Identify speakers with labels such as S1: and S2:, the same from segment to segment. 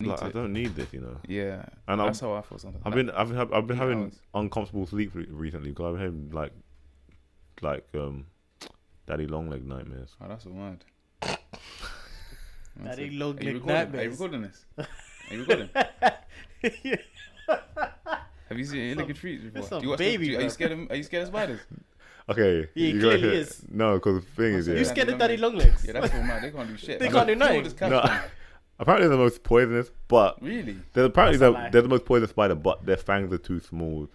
S1: need
S2: like, I
S1: to.
S2: don't need this, you know.
S1: Yeah,
S2: And I've,
S1: that's how I feel sometimes.
S2: I've been I've been, I've been
S1: eight
S2: having
S1: hours.
S2: uncomfortable sleep re- recently because I've been having like like um daddy long leg nightmares.
S1: Oh, that's a word.
S3: Daddy long
S1: Are you recording-
S3: leg
S1: Are you
S3: nightmares.
S1: recording this? Are you recording? Have you seen any
S3: Some-
S1: naked trees before?
S3: that's some
S1: Do you watch
S3: baby,
S1: naked- Are
S3: bro.
S1: you scared of? Are you scared of spiders?
S2: Okay,
S3: Yeah,
S2: you
S3: clearly
S2: gotta-
S3: is.
S2: No, because the thing is,
S1: You
S2: yeah,
S3: You scared of daddy long
S1: Yeah,
S3: legs?
S1: that's all man. They can't do shit.
S3: They
S1: man.
S3: can't do
S1: You know
S3: nothing.
S1: this couch,
S2: No.
S1: man.
S2: apparently they're the most poisonous, but
S1: Really?
S2: they're apparently
S3: That's a
S2: the,
S3: lie.
S2: they're the most poisonous spider, but their fangs are too small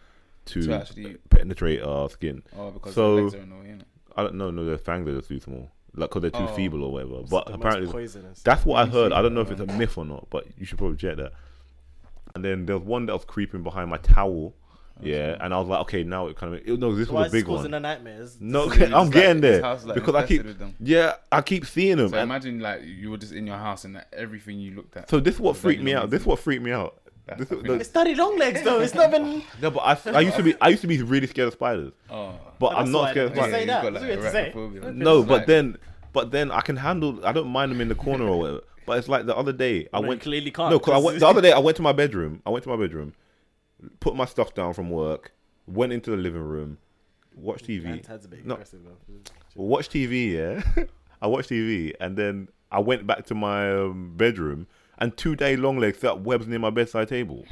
S2: to,
S1: To actually-
S2: penetrate our skin.
S1: Oh, because
S2: So-
S1: the legs are in the way, innit?
S2: I don't know, no, their fangs are just too small, like because they're too
S1: Oh.
S2: feeble or whatever.
S3: It's
S2: but
S3: the most
S2: apparently,
S3: poisonous.
S2: That's what I
S1: me
S2: heard.
S1: see.
S2: I don't know if it's a myth or not, but you should probably check that. And then there was one that was creeping behind my towel.
S1: Oh,
S2: Yeah, and I was like, okay, now it kind of. It, no, this
S3: Why
S2: was a
S3: is this
S2: big
S3: causing
S2: one.
S3: the nightmares?
S2: No,
S1: So it's
S2: I'm
S1: like
S2: getting there
S1: this house, like,
S2: because I
S1: infested
S2: keep.
S1: with them.
S2: Yeah, I keep seeing them.
S1: So
S2: and-
S1: imagine like you were just in your house and like, everything you looked at.
S2: so this is what
S1: Daddy
S2: freaked me
S1: long
S2: out.
S1: legs.
S2: This is what freaked me out.
S1: That's-
S2: This,
S1: I
S2: is-
S1: think-
S2: no,
S3: It's daddy long legs though. It's not even.
S2: no, but I, I used to be I used to be really scared of spiders,
S1: Oh.
S2: but
S3: But
S2: I'm
S3: that's
S2: not
S3: why
S2: scared of
S3: they don't
S2: spiders.
S3: say
S1: you've
S3: that.
S1: got,
S3: That's
S1: like,
S3: what you had to say.
S1: arachnophobia.
S3: That's
S2: No,
S1: It's
S2: but
S1: like-
S2: then, but then I can handle. I don't mind them in the corner or whatever. But it's like the other day I
S3: No, you
S2: went
S3: clearly can't,
S2: No, 'cause I
S3: 'cause
S2: went the other day I went to my bedroom. I went to my bedroom, put my stuff down from work, went into the living room, watched TV.
S3: That's a bit
S2: No.
S3: aggressive though.
S2: Watched TV. Yeah, I watched TV, and then I went back to my um, bedroom, and two day long legs set up webs near my bedside table,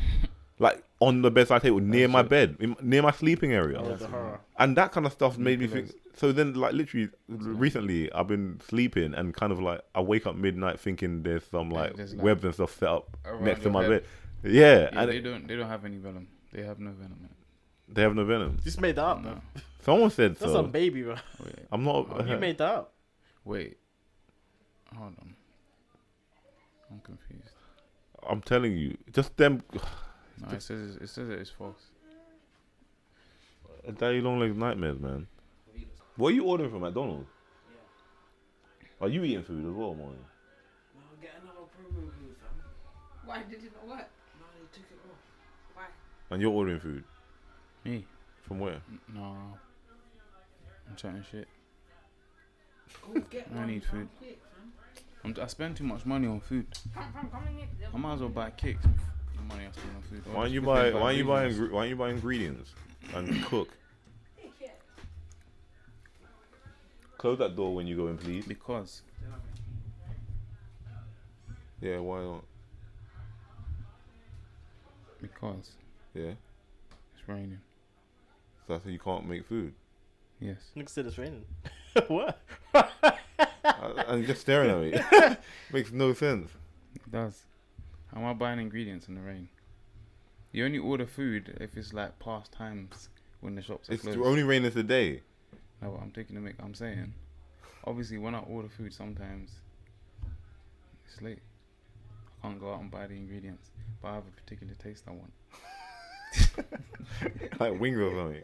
S2: like on the bedside table near my bed, in, near my sleeping area
S3: Oh, the horror.
S2: and that kind of stuff made me think. So then, like literally, recently, I've been sleeping and kind of like I wake up midnight thinking there's some like
S1: there's, like,
S2: webs and stuff set up
S1: around
S2: next to
S1: your
S2: my
S1: head.
S2: bed. Yeah,
S1: Yeah,
S2: and
S1: they
S2: it-
S1: don't. They don't have any venom. They have no venom. Man.
S2: they have no venom.
S3: Just made that up, man.
S2: Someone said
S3: That's
S2: so.
S3: some baby, bro.
S1: Wait,
S2: I'm not.
S3: You made that up.
S1: wait. Hold on. I'm confused.
S2: I'm telling you, just them.
S1: No, it says it says it is false.
S2: Daddy long legs nightmares, man. What are you ordering from McDonald's? Are you eating food as well, morning?
S4: Why did it not work? No, they took it off. Why?
S2: And you're ordering food
S1: Me?
S2: from where?
S1: N- No. I'm chatting shit.
S4: Oh, get
S1: I
S4: one,
S1: need
S4: fam,
S1: food.
S4: Quick, fam.
S1: I'm, I spend too much money on food.
S4: Come, come, come and get them.
S1: I might as well buy cakes. with The money I spend on food. Or
S2: Why don't
S1: just
S2: you
S1: flipping
S2: buy? Why don't you buy?
S1: ingredients.
S2: ingre- Why don't you buy ingredients and cook?
S4: Yeah.
S2: Close that door when you go in, please.
S1: Because
S2: Yeah, why not?
S1: because
S2: Yeah.
S1: it's raining.
S2: So that's how you can't make food.
S1: Yes.
S3: Nick said it's raining. what?
S2: I- I'm just staring at me. Makes no sense.
S1: It does. How am I buying ingredients in the rain? You only order food if it's like past times when the shops are
S2: It's
S1: closed.
S2: only rain is a day.
S1: No, but I'm taking the mic. I'm saying, obviously, when I order food, sometimes it's late. I can't go out and buy the ingredients, but I have a particular taste I want.
S2: Like wings or something.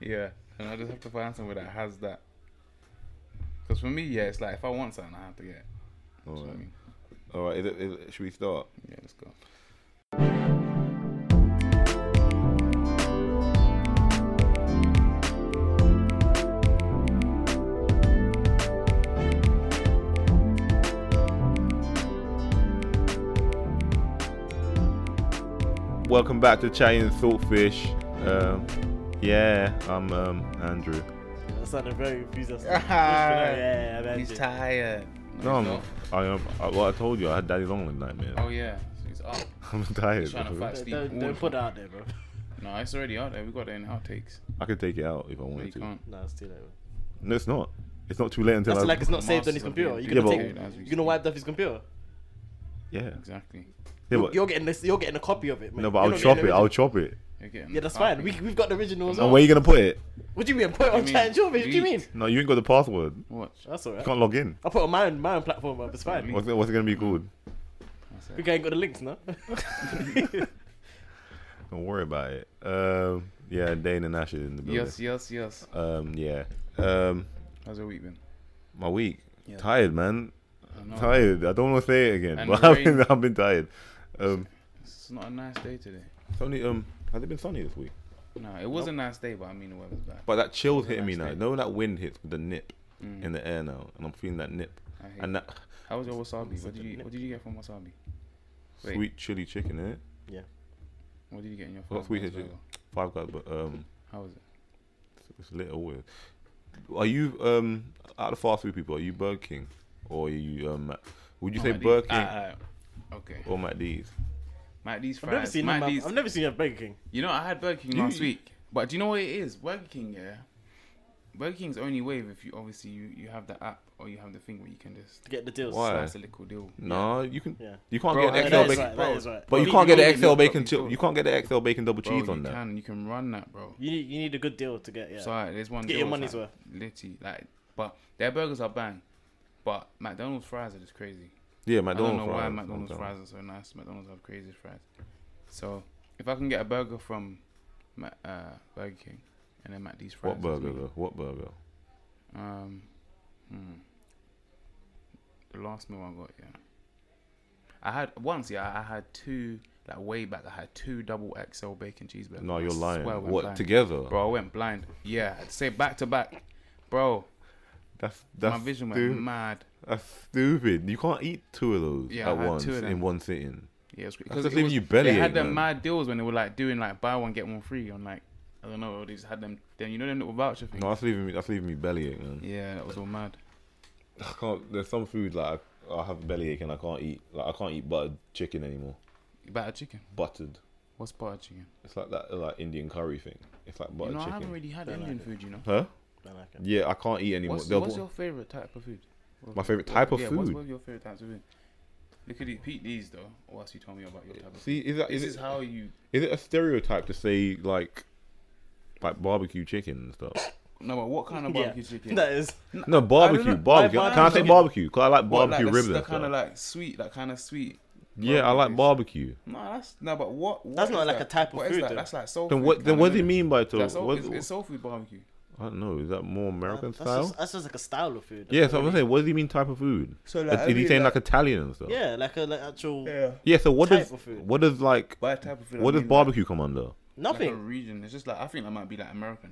S1: Yeah, and I just have to find somewhere that has that. Because for me, yeah, it's like if I want something, I have to get. It. Do you know what I
S2: Alright.
S1: mean?
S2: Alright, is it, is it, should we start?
S1: Yeah, let's go.
S2: Welcome back to Chatting Saltfish. Um, yeah, I'm um, Andrew.
S3: That sounded very enthusiastic.
S1: Ah,
S3: yeah, yeah, yeah,
S1: tired.
S2: No,
S1: he's
S2: I'm, I am. I, well, I told you I had daddy long leg
S1: not.
S2: nightmares.
S1: Oh yeah, so he's up.
S2: I'm tired.
S1: trying to
S2: bro.
S1: fight.
S3: don't, don't, don't put that out there, bro.
S1: No, it's already out there. We got it in outtakes.
S2: I could take it out if I
S1: No, you
S2: wanted to.
S1: can't.
S3: No, it's too late. Bro.
S2: No, it's not. It's not too late until
S3: That's
S2: I.
S3: like it's not
S1: The
S3: saved on his
S1: masters are being
S3: computer. You're
S2: Yeah,
S3: gonna
S2: but-
S3: take, you're gonna wipe off his computer.
S2: yeah.
S1: Exactly.
S2: Yeah,
S3: You're,
S2: but,
S3: you're getting this. You're getting a copy of it. Man.
S2: no, but
S3: You're
S2: I'll
S3: not
S2: chop
S3: getting
S2: it.
S3: the
S2: I'll
S3: original.
S2: chop it.
S1: You're getting
S3: Yeah,
S1: the
S3: that's fine. We
S1: copy.
S3: we've got the original as
S2: And
S3: well.
S2: where you gonna put it?
S3: What do you mean? Put it on
S1: mean?
S3: chat and Jorvish, What do you
S1: We-
S3: mean?
S2: No, you ain't got the password.
S1: Watch.
S3: That's
S2: You
S3: alright.
S2: can't log in.
S3: I put on my own, my own platform up. It's fine.
S2: What's it, what's it gonna be called?
S1: That's
S3: We
S1: it.
S3: ain't got the links, no.
S2: Don't worry about it. Um, yeah, Dane and Ash is in the building.
S1: Yes, yes, yes.
S2: Um, yeah. Um,
S1: How's your week been?
S2: my week.
S1: Yeah.
S2: Tired, man.
S1: I know.
S2: Uh, Tired. I don't want to say it again,
S1: And
S2: but
S1: the
S2: I've been,
S1: rain.
S2: I've been tired. Um,
S1: It's not a nice day today.
S2: it's only um, has it been sunny this week?
S1: No, it was a nice day, but I mean the weather's bad.
S2: But that chill's hitting me
S1: nice
S2: now.
S1: day.
S2: Know when that wind hits with the nip
S1: Mm.
S2: in the air now, and I'm feeling that nip.
S1: I hate
S2: And
S1: it.
S2: that
S1: How was your wasabi?
S3: It's
S1: What did
S3: a
S1: you What did you get from wasabi? Wait.
S2: Sweet chili chicken, innit?
S1: What did you get in your
S2: What's
S1: first
S2: sweet
S1: Guys
S2: chili?
S1: burger?
S2: Five guys, but um,
S1: How was it?
S2: it's a little weird. Are you um out of fast food people? Are you Burger King or are you um? Mac- Would you
S1: Oh,
S2: say
S1: Matt D's.
S2: Burger King
S1: Ah, ah, okay.
S2: or McD's?
S1: Matt D's
S3: I've never
S1: fries.
S3: seen them.
S1: Matt
S3: have-
S1: D's.
S3: I've never seen a Burger King.
S1: You know, I had Burger King
S2: You-
S1: last week, but do you know what it is? Burger King, yeah. Burger King's only wave if you obviously you, you have the app or you have the thing where you can just
S3: To get the deals.
S2: Why?
S1: slice a little deal.
S2: No, you can.
S3: Yeah.
S2: You can't
S1: Bro,
S2: get
S1: I-
S2: an
S3: that
S2: XL
S3: is
S2: bacon,
S3: right, that is right.
S2: but you
S1: Bro,
S2: can't
S1: you
S2: get an
S1: only
S2: XL
S1: need
S2: bacon.
S1: protein
S2: T-
S1: powder.
S2: you can't get the XL bacon double
S1: Bro,
S2: cheese on
S1: you
S2: that.
S1: can you can run that, bro.
S3: You need, you need a good deal to get, yeah.
S1: So like, there's one.
S3: Get
S1: deal
S3: your
S1: is,
S3: money's
S1: like,
S3: worth.
S1: Litty, like, but their burgers are bang, but McDonald's fries are just crazy.
S2: Yeah,
S1: I don't
S2: McDonald's
S1: know
S2: fries.
S1: why McDonald's
S2: sometimes.
S1: fries are so nice. McDonald's have crazy fries. So if I can get a burger from Ma- uh, Burger King and then McD's fries.
S2: What
S1: that's
S2: burger
S1: me.
S2: though? What burger?
S1: Um, hmm. The last meal I got, yeah. I had once, yeah. I had two, like way back. I had two double XL bacon cheeseburgers.
S2: No,
S1: I
S2: you're lying.
S1: swear I went
S2: What
S1: blind.
S2: together?
S1: Bro, I went blind. Yeah, I'd say back to back, bro.
S2: That's that's
S1: my vision
S2: stu-
S1: went mad.
S2: That's stupid. You can't eat two of those
S1: Yeah, I
S2: at
S1: had
S2: once
S1: two of
S2: in
S1: them.
S2: one sitting.
S1: Yeah, it was
S2: That's
S1: because
S2: just leaving you belly.
S1: they had them
S2: man.
S1: mad deals when they were like doing like buy one get one free on like I don't know. They just had them. Then you know them little voucher things.
S2: No, that's leaving me. That's leaving me belly ache, man.
S1: Yeah, that was all mad.
S2: I can't. There's some food like I, I have belly ache and I can't eat. Like I can't eat buttered chicken anymore.
S1: Battered chicken.
S2: Buttered.
S1: What's battered chicken?
S2: It's like that like Indian curry thing. It's like
S1: You
S2: buttered
S1: know, I
S2: chicken.
S1: haven't really had
S3: Don't like
S1: Indian
S3: it.
S1: food. You know.
S2: Huh?
S3: I like it.
S2: Yeah, I can't eat anymore.
S1: What's,
S2: They'll
S1: what's
S2: put-
S1: your favorite type of food?
S2: My favourite type of
S1: yeah, What's,
S2: food?
S1: what's your favorite type of food? Look at these, Pete these though. Or else you told me about your type of food.
S2: See, is that
S1: This
S2: is
S1: is
S2: it,
S1: how you.
S2: is it a stereotype to say like like barbecue chicken and stuff?
S1: No, but what kind of
S3: Yeah.
S1: barbecue chicken?
S3: That is.
S2: No, barbecue,
S1: know.
S2: barbecue.
S3: Like
S2: Can I say
S3: barbecue.
S2: barbecue? Cause I like
S1: What,
S2: barbecue
S1: like,
S2: ribs. and
S1: That kind of
S2: stuff.
S1: like sweet. That kind of sweet.
S2: yeah, I like barbecue.
S1: barbecue. No, that's no. But what? what
S3: That's not
S1: is
S3: like a
S1: that?
S3: type of
S1: What is
S3: food,
S1: that?
S3: though.
S1: That's like soul.
S2: Then
S1: food
S2: what? Then
S1: kinda,
S2: what do you
S1: innit?
S2: mean by it?
S1: That's soul,
S2: What-
S1: it's, it's soul food barbecue.
S2: I don't know. Is that more American
S3: That's
S2: style?
S3: just, that's just like a style of food.
S2: Yeah, so I'm saying, what does he mean type of food?
S1: So
S2: Is he saying like, Italian and stuff?
S3: Yeah, like a like actual
S1: yeah.
S2: Yeah. So what
S3: Type
S2: does
S3: of food.
S2: what does like
S1: By type of food.
S2: what
S1: I
S2: does
S1: mean,
S2: barbecue come under?
S1: Like, like a
S3: nothing.
S1: region. It's just like I think that might be like American.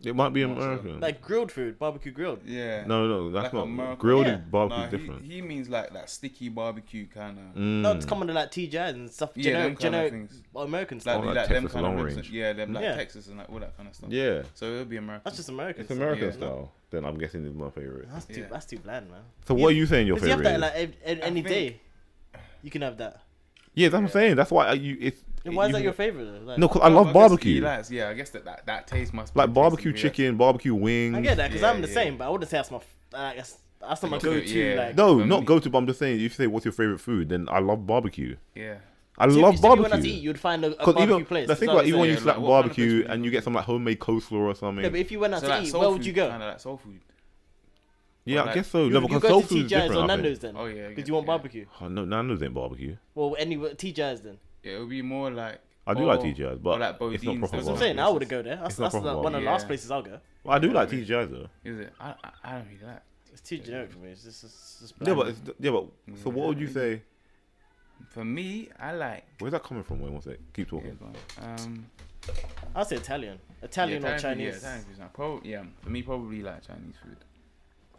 S2: It might be
S1: Not sure.
S2: American.
S3: Like grilled food, barbecue grilled.
S2: Mm.
S1: Yeah.
S2: no, no, that's
S1: like
S2: not
S1: American.
S2: grilled
S3: Yeah.
S2: is barbecue
S1: Nah, he-
S2: different.
S1: He means like that sticky barbecue kind of.
S2: Mm.
S3: No, it's coming to like TJ and stuff.
S1: Yeah, them
S3: Generic,
S1: kind of
S3: generic
S1: things.
S3: American
S1: like,
S2: Oh,
S3: stuff.
S1: like,
S2: like
S1: them
S2: Texas
S1: kind of
S2: long
S1: ribs and-
S2: range.
S1: Yeah, them like
S3: Yeah.
S1: Texas and like all that kind of stuff.
S2: yeah,
S1: So it would be American.
S3: That's just American.
S2: it's
S3: stuff.
S2: American
S1: yeah.
S2: style. Then I'm guessing is my favorite.
S3: That's too.
S1: Yeah.
S3: That's too bland, man.
S2: So what are you saying your
S3: Because you have
S2: favorite?
S3: that
S2: is?
S3: like ev- ev-
S1: I
S3: any
S1: think-
S3: day. You can have that.
S2: yeah, that's what I'm saying. That's why I, you. It's
S3: Then why is
S2: you
S3: that
S2: can-
S3: your favorite? Though? Like,
S2: No, 'cause I
S1: No,
S2: love
S1: but I guess
S2: barbecue.
S1: he
S2: Like,
S1: likes- yeah, I guess that, that, that taste must be tasty,
S2: barbecue
S1: yeah.
S2: chicken, barbecue wings.
S3: I get that because I'm the
S1: Yeah,
S3: same, but I wouldn't say that's my. f- Like, that's, that's not my
S1: Like your
S3: go-to.
S1: favorite, yeah.
S3: Like,
S2: No,
S1: For
S2: not
S1: me-
S2: go to. But I'm just saying, if you say what's your favorite food, then I love barbecue.
S1: Yeah.
S2: I
S3: So if
S2: love
S3: you- so if you went out to
S2: barbecue.
S3: eat, you'd find a, a
S2: Because
S3: barbecue
S2: even
S3: place.
S2: the
S3: is
S2: thing
S3: that what
S2: like
S3: I'm
S2: even when
S1: saying.
S2: you
S3: saying?
S1: Yeah,
S2: slap
S1: like, what kind of place
S2: barbecue
S1: would you
S2: and you
S1: go?
S2: get some like homemade coleslaw or something.
S3: No, but if you went out to eat, where would you go?
S1: Kind of like soul food.
S2: yeah,
S1: or
S2: I
S1: like-
S2: guess so.
S3: You
S2: no,
S3: you
S2: because
S3: go
S2: soul
S3: to
S2: food is
S3: TJ's
S2: different.
S3: or
S2: I
S3: Nando's
S2: think.
S3: then.
S1: Oh, yeah, I guess,
S3: Because you want
S1: yeah.
S3: barbecue.
S2: Oh, no, Nando's ain't barbecue.
S3: Well, any TJ's then.
S1: Yeah, it would be more like.
S2: I do
S1: or-
S2: like TGI's, but
S1: or like
S2: it's not
S1: Bodine's,
S2: proper
S1: those
S3: That's
S1: are
S3: what I'm saying. I
S1: places.
S3: wouldn't go there. That's
S2: It's not
S3: that's
S2: proper
S3: like one of the
S1: barbecue.
S3: last
S1: Yeah.
S3: places I'll go.
S2: Well, I do like TGI's though.
S1: Is it? I, I, I don't really like.
S3: It's too generic for me. It's just, it's just
S2: Yeah,
S3: bland.
S2: but it's, yeah, but so what would you
S1: Yeah.
S2: say?
S1: For me, I like.
S2: Where's that coming from? Wait, one sec. Keep
S1: Yeah,
S2: talking.
S1: go on. um,
S3: I'll say Italian, Italian
S1: yeah,
S3: or
S1: food,
S3: Chinese,
S1: Yeah, Italian food's nice. Prob- yeah, for me, probably like Chinese food.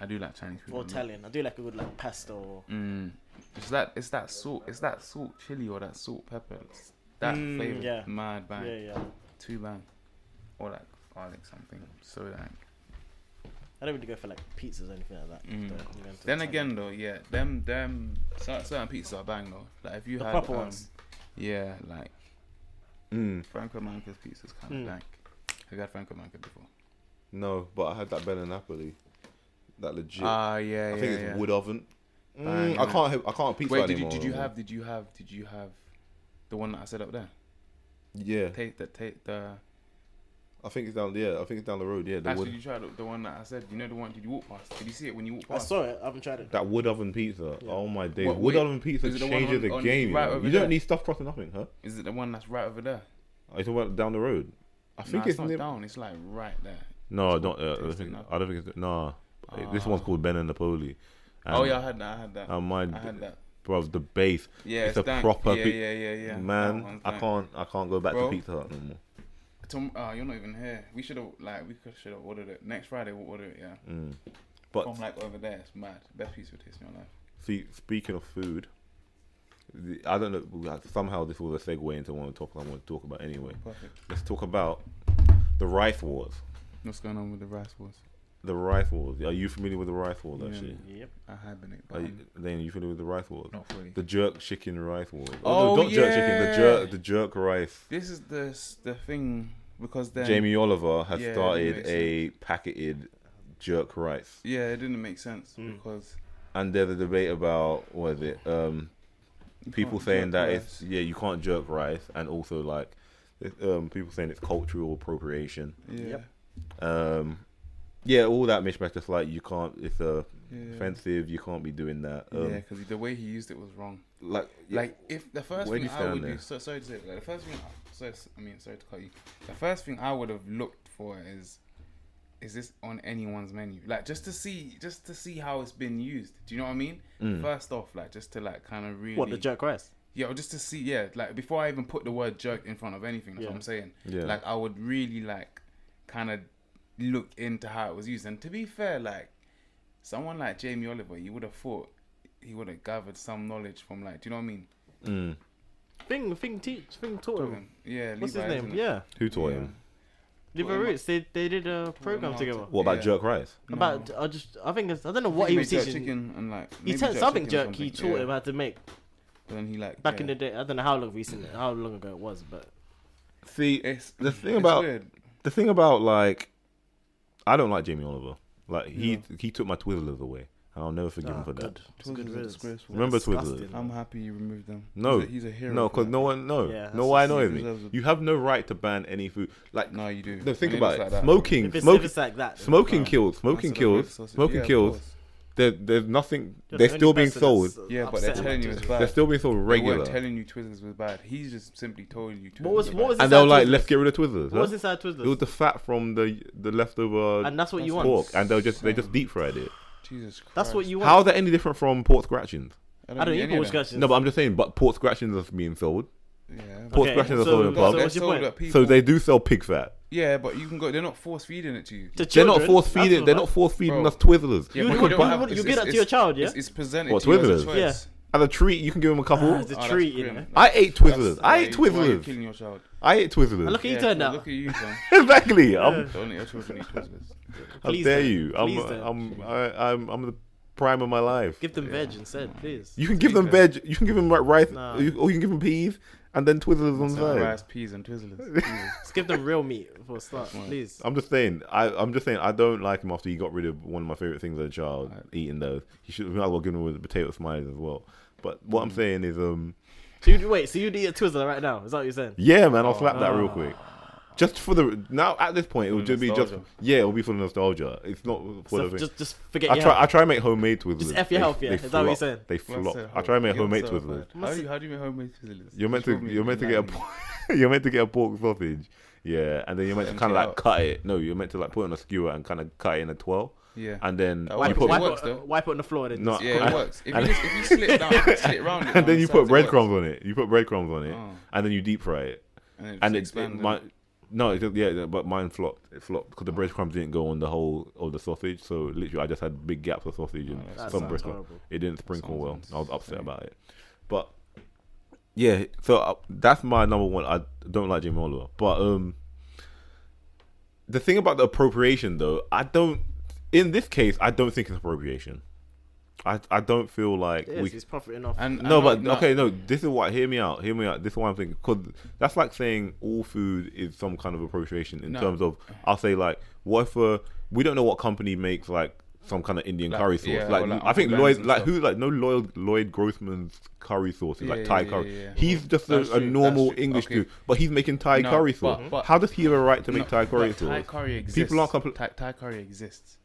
S1: I do like Chinese food.
S3: or
S1: a lot.
S3: Italian. I do like a good like pasta or
S1: Mm. It's that it's that salt it's that salt chili or that salt pepper. It's that
S3: Mm,
S1: flavor.
S3: yeah.
S1: Mad bang.
S3: yeah, yeah.
S1: Two bang. Or like garlic something. So like
S3: I don't really go for like pizzas or anything like that.
S1: Mm.
S3: though. I'm going to
S1: then
S3: Italian.
S1: again though, yeah, them them cer- certain pizzas are bang though. Like if you
S3: The
S1: had
S3: proper
S1: um,
S3: ones.
S1: Yeah, like
S2: Mm,
S1: Franco Manca's pizza's kinda
S3: Mm.
S1: bang. Have you had Franco Manca before?
S2: no, but I had that Ben and Napoli. That legit.
S1: Ah yeah, yeah.
S2: I think it's
S1: yeah.
S2: wood oven.
S1: Bang,
S2: Mm, I
S1: innit?
S2: can't. Have, I can't have pizza
S1: Wait, did you
S2: anymore.
S1: did you have did you have did you have the one that I said up there?
S2: Yeah,
S1: Take the take the
S2: I think it's down. Yeah, I think it's down the road. Yeah, the
S1: Actually, did
S2: wood,
S1: you try the, the one that I said? You know the one? Did you walk past? Did you see it when you walked
S3: I
S1: past?
S3: saw it. I haven't tried it.
S2: that wood oven pizza.
S3: Yeah.
S2: Oh my days,
S1: What,
S2: wood
S1: wait,
S2: oven pizza
S1: is it the one
S2: changes
S1: on-
S2: the
S1: on-
S2: game. you
S1: right
S2: know?
S1: over
S2: you
S1: there?
S2: don't need stuff crossing nothing, huh?
S1: Is it the one that's right over there?
S2: Are you talking about down the road? I
S1: Nah,
S2: think
S1: it's,
S2: it's,
S1: not
S2: near-
S1: down. It's like right there.
S2: No,
S1: It's
S2: not.
S1: not
S2: Uh, I, don't
S1: tasty
S2: think,
S1: enough.
S2: I don't think it's nah. this
S1: Ah.
S2: one's called Ben and Napoli. And,
S1: oh yeah, I had that. I had that.
S2: And my
S1: I had that.
S2: bro, the base.
S1: Yeah,
S2: um, it's
S1: it's,
S2: a
S1: dank.
S2: proper
S1: Yeah,
S2: pi-
S1: yeah, yeah, yeah. That
S2: Man,
S1: one's
S2: I
S1: dank.
S2: can't. I can't go back
S1: Bro.
S2: to Pizza Hut no more.
S1: Tom, ah, you're not even here. We should have like we could should have ordered it next Friday. We'll order it. Yeah.
S2: Mm. But
S1: From like over there, it's mad. Best pizza taste in your life.
S2: see, speaking of food, The- I don't know. like, Somehow this was a segue into one of the topics I want to talk about. Anyway,
S1: Perfect.
S2: let's talk about the rice wars.
S1: What's going on with the rice wars?
S2: The rice wars. Are you familiar with the rice wars?
S1: Yeah.
S2: Actually,
S3: Yep.
S1: I hibernate, but
S2: are you,
S1: I'm
S2: Lane, are you familiar with the rice wars?
S1: not fully.
S2: The jerk chicken rice wars.
S1: Oh,
S2: no, not jerk chicken. The
S1: yeah.
S2: jerk. The jerk rice.
S1: This is the s- the thing because then
S2: Jamie Oliver has
S1: Yeah, that
S2: started
S1: makes
S2: a packeted jerk rice,
S1: Yeah, it didn't make sense because
S2: and there's a debate about what is it? Um,
S1: you
S2: people
S1: can't
S2: saying
S1: Oh, jerk
S2: that it's
S1: rice.
S2: yeah, you can't jerk rice, and also like it- um, people saying it's cultural appropriation.
S1: yeah,
S3: Yep.
S2: Um, yeah, all that mishmash. Just like you can't, it's uh,
S1: yeah.
S2: offensive. You can't be doing that. Um,
S1: Yeah, because the way he used it was wrong.
S2: Like,
S1: Like if the first
S2: Where do
S1: thing
S2: you
S1: I
S2: stand
S1: would
S2: there?
S1: do, so, sorry to say, like the first thing, sorry, to- I mean, sorry to cut you. The first thing I would have looked for is, is this on anyone's menu? Like just to see, just to see how it's been used. Do you know what I mean?
S2: Hmm.
S1: First off, like just to like kind of really,
S3: What the jerk rice?
S1: yeah, or just to see, yeah, like before I even put the word jerk in front of anything, that's
S3: Yeah.
S1: what I'm saying.
S2: Yeah.
S1: Like I would really like, kind of look into how it was used. And to be fair, like someone like Jamie Oliver, you would have thought he would have gathered some knowledge from like, do you know what I mean?
S2: mm,
S3: Thing, thing, teach, thing taught him.
S1: Um, Yeah,
S3: What's
S1: Levi,
S3: his
S1: isn't
S3: name?
S1: it?
S3: Yeah,
S2: who taught
S1: Yeah.
S2: him?
S3: Levi
S1: Taught him
S3: Roots. They they did a program
S1: how to-
S3: together
S2: What about
S1: Yeah.
S2: jerk rice?
S1: No.
S3: about. I just I think it's, I don't know
S1: I
S3: what
S1: think
S3: he was
S1: made jerk
S3: teaching.
S1: Chicken and like
S3: He
S1: maybe
S3: taught something
S1: chicken or
S3: jerk. He
S1: something,
S3: taught
S1: yeah.
S3: him how to make
S1: But then he like
S3: back in the day. I don't know how long recent, how long ago it was, but
S2: See,
S1: It's
S2: The thing
S1: it's
S2: about-
S1: weird.
S2: the thing about like, I don't like Jamie Oliver. Like he
S1: Yeah.
S2: he took my Twizzlers away, and I'll never
S3: Oh,
S2: forgive him for that.
S3: It's Ah, good
S1: Twizzlers are
S3: riddance.
S1: disgraceful.
S2: Remember
S3: Disgusting.
S2: Twizzlers?
S1: I'm happy you removed them.
S2: No.
S1: he's a, he's a hero.
S2: No,
S1: for
S2: because
S1: that.
S2: no one, no,
S3: Yeah,
S2: no,
S3: that's
S2: I
S3: just-
S2: know
S1: he
S2: him.
S1: deserves it.
S2: You have no right to ban any food. Like,
S1: No, you do.
S2: no, think
S1: And
S2: about
S1: looks
S2: it.
S1: like that.
S2: smoking,
S3: If it's, if
S2: smoking,
S3: it's like that, then
S2: smoking
S3: fine.
S2: kills,
S1: That's
S2: smoking
S1: a
S2: kills,
S1: red sausage.
S2: smoking
S1: Yeah, of
S2: kills.
S1: course.
S2: There, there's nothing.
S3: You're the
S2: they're
S3: only
S2: still being
S3: person that's,
S2: sold.
S3: uh,
S1: Yeah, but they're
S3: upset about
S1: telling you it's
S3: Twizzlers.
S1: bad.
S2: They're still being sold
S1: They
S2: regular,
S1: weren't telling you Twizzlers was bad. He's just simply told you. Twizzlers
S3: What was
S1: were
S3: what was
S1: bad.
S2: and
S3: inside
S2: they were like,
S3: Twizzlers?
S2: "Let's get rid of Twizzlers."
S3: What was
S2: huh?
S3: inside
S2: It was
S3: Twizzlers?
S2: the fat from the the leftover
S3: And that's what you
S1: That's
S3: want.
S2: pork, and they were just they just deep fried it.
S1: Jesus Christ.
S3: That's what you want.
S2: How is that any different from pork scratchings?
S3: I don't
S1: need
S3: eat
S1: any of
S3: pork
S1: them.
S3: scratchings.
S2: No, but I'm just saying. But pork scratchings are being sold.
S1: Yeah, but-
S2: Pork
S3: Okay,
S2: scratchings are
S3: so-
S2: sold in
S3: so
S2: pubs,
S1: They're
S3: what's your
S1: sold
S3: point?
S1: at people-
S2: so they do sell pig fat.
S1: Yeah, but you can go. They're not force feeding it to you.
S3: To
S2: They're
S3: children,
S2: not force
S3: that's
S2: feeding. They're
S3: bad.
S2: not force feeding
S1: Bro.
S2: us Twizzlers.
S1: Yeah,
S2: you
S1: but
S2: could
S1: don't
S2: buy,
S1: have-
S3: you
S1: it's-
S3: give that to
S1: it's-
S3: your child, yeah?
S1: It's, it's presented
S2: What,
S1: to you as
S2: Twizzlers?
S1: a choice.
S2: as a treat. You can give them a couple.
S3: Ah, it's a
S1: Oh, that's
S3: treat, you
S1: grim.
S3: know.
S2: I ate Twizzlers.
S1: That's-
S2: I
S1: why
S2: ate
S1: you- why You're
S2: Twizzlers.
S1: killing your child.
S2: I ate
S3: And
S2: Twizzlers.
S3: look at you
S1: Yeah,
S3: turned
S1: so
S3: out.
S1: Look at you, son.
S2: exactly. I'm,
S1: Don't let your children eat Twizzlers.
S2: how
S3: Please
S2: dare
S3: don't.
S2: you? I'm,
S3: Please don't.
S2: I'm, I, I'm, I'm the prime of my life.
S3: Give them veg instead, please.
S2: You can give them
S1: Please
S2: veg. You can give them like rice,
S3: Nah.
S2: or you or you can give them peas, and then Twizzlers on the
S1: Some
S2: side.
S1: rice, peas, and Twizzlers. Jesus.
S3: Just give them real meat for a start, please.
S2: I'm just saying. I, I'm just saying. I don't like him after he got rid of one of my favorite things as a child,
S1: Right.
S2: eating those. He should might as well give him with the potato smileys as well. But what
S3: Mm.
S2: I'm saying is, um,
S3: So you wait. So you'd eat a Twizzler right now? Is that what you're saying?
S2: yeah, man, I'll slap that real
S3: Ah.
S2: quick. Just for the now at this point, it would
S1: the
S2: just be just
S1: nostalgia.
S2: yeah, it'll be for the nostalgia. It's not for
S3: So
S2: the thing.
S3: just, just forget.
S2: I
S3: your
S2: try. I
S3: health.
S2: try and make homemade Twizzlers.
S3: Just F your health, yeah? Is that what you're
S2: flop.
S3: saying?
S2: They
S1: Well
S2: flop.
S1: said,
S2: I try and make
S1: you're
S2: homemade
S1: so
S2: Twizzlers.
S1: bad. How do you, how do you make homemade Twizzlers?
S2: You're meant
S1: Show
S2: to.
S1: me.
S2: You're meant to get
S1: Enlighten
S2: a.
S1: me.
S2: po- you're meant to get a pork sausage. Yeah, and then you're meant to
S1: Empty
S2: kind of like
S1: out.
S2: cut it. No, you're meant to like put it on a skewer and kind of cut it in a twirl,
S1: Yeah.
S2: and then
S1: That
S2: you
S1: works.
S3: Wipe,
S2: put
S1: It
S3: wipe,
S1: works,
S3: it-
S1: though.
S3: wipe it on the floor and then
S2: No,
S3: just-
S1: Yeah,
S2: and-
S1: it works. If
S2: and-
S1: you, just, if you slip it down, slip it round it.
S2: and then
S1: on
S2: you
S1: the
S2: put
S1: sides, it
S2: breadcrumbs
S1: works.
S2: on it. You put breadcrumbs on it,
S1: Oh.
S2: and then you deep fry it.
S1: And,
S2: And it,
S1: just
S2: it
S1: expands
S2: my, no, it, just- yeah, but mine flopped. It flopped because the breadcrumbs didn't go on the whole of the sausage. So literally, I just had big gaps of sausage and
S1: Oh, that
S2: some
S1: sounds
S2: breadcrumbs.
S3: horrible.
S2: It didn't sprinkle
S1: sounds
S2: well. I was upset
S1: insane.
S2: about it. But yeah, so uh, that's my number one. I don't like Jamie Oliver, but um, the thing about the appropriation though, I don't. In this case, I don't think it's appropriation. I I don't feel like
S3: It is,
S2: we
S3: it's profiting off.
S1: And,
S2: no,
S1: and
S2: but
S1: not-
S2: okay, no. This is what. Hear me out. Hear me out. This is what I'm thinking. Cause that's like saying all food is some kind of appropriation in
S1: No.
S2: terms of. I'll say like, what if uh, we don't know what company makes like some kind of Indian
S1: Like-
S2: curry sauce?
S1: yeah,
S2: like,
S1: or like
S2: I think
S1: Uncle
S2: Lloyd,
S1: Ben's and
S2: like
S1: stuff.
S2: who, like no Lloyd Lloyd Grossman's curry sauce is
S1: Yeah,
S2: like Thai
S1: yeah,
S2: curry.
S1: yeah, yeah.
S2: He's just
S1: That's
S2: a, a
S1: true,
S2: normal
S1: that's true.
S2: English
S1: Okay.
S2: dude, but he's making Thai
S1: No,
S2: curry
S1: but-
S2: sauce.
S1: but-
S2: How does he have a right to make
S1: No,
S2: Thai curry
S1: but
S2: sauce?
S1: Thai curry exists.
S2: People aren't compl-
S1: Thai, Thai curry exists.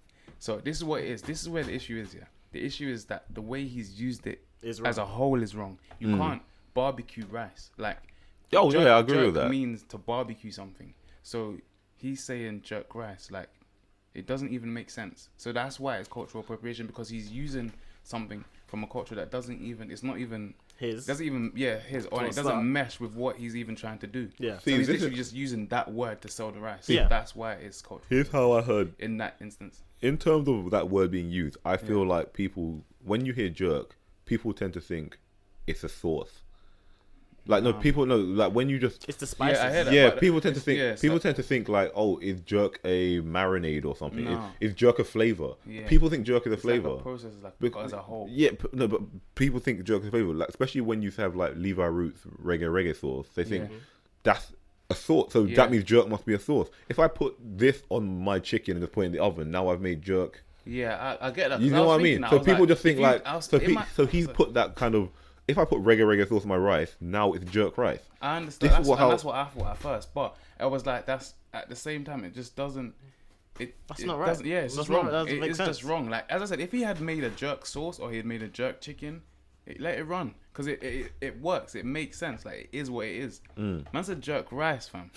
S1: So this is what it is. This is where the issue is. Yeah, the issue is that the way he's used it
S3: Is
S1: as a whole is wrong. You can't barbecue rice. Like,
S2: Hmm. Oh, yeah, I agree with
S1: jerk
S2: that.
S1: Means to barbecue something. So he's saying jerk rice. Like, it doesn't even make sense. So that's why it's cultural appropriation because he's using something from a culture that doesn't even. It's not even.
S3: His.
S1: doesn't even yeah his or
S3: Well,
S1: it
S3: it's
S1: doesn't
S3: not.
S1: mesh with what he's even trying to do
S3: Yeah.
S1: so
S2: See,
S1: he's
S2: this
S1: literally
S2: is-
S1: just using that word to sell the rice.
S3: Yeah.
S1: That's why it's cultural
S2: Here's how I heard
S1: in that instance.
S2: in terms of that word being used, I feel like people, when you hear jerk, people tend to think it's a sauce. Like no, people know like when you just
S3: It's the
S1: I
S3: spices.
S1: hear Ah. that.
S2: yeah,
S1: but
S2: people tend to
S1: it's-
S2: think
S1: yeah, it's
S2: people
S1: like-
S2: tend to think like, oh, is jerk a marinade or something?
S1: No.
S2: Is, is jerk a flavor?
S1: Yeah.
S2: People think jerk is a
S1: It's like a
S2: flavor.
S1: process like
S2: Bec-
S1: as a whole.
S2: Yeah, p- no, but people think jerk is a flavor, like especially when you have like Levi Roots reggae reggae sauce. They think that's a sauce, so
S1: Yeah.
S2: that means jerk must be a sauce. If I put this on my chicken and just put it in the oven, now I've made jerk.
S1: Yeah, I, I get that. 'cause
S2: You know
S1: was
S2: what I
S1: thinking
S2: mean?
S1: that,
S2: So
S1: was
S2: people just think
S1: if you-
S2: like
S1: I was-
S2: so.
S1: it
S2: Pe-
S1: might-
S2: so he's put that kind of. If I put reggae reggae sauce on my rice, now it's jerk rice.
S1: I
S2: This
S1: understand. that's,
S2: is what
S1: and
S2: how-
S1: that's what I thought at first, but I was like, that's at the same time, it just doesn't. It,
S3: That's
S1: it
S3: not right.
S1: doesn't- Yeah, it's
S3: That's
S1: just
S3: not-
S1: wrong.
S3: that doesn't
S1: It-
S3: make
S1: it's
S3: sense.
S1: just wrong. Like as I said, if he had made a jerk sauce or he had made a jerk chicken, it, let it run because it, it it works. It makes sense. Like it is what it is.
S2: Mm.
S1: Man's a jerk rice, fam.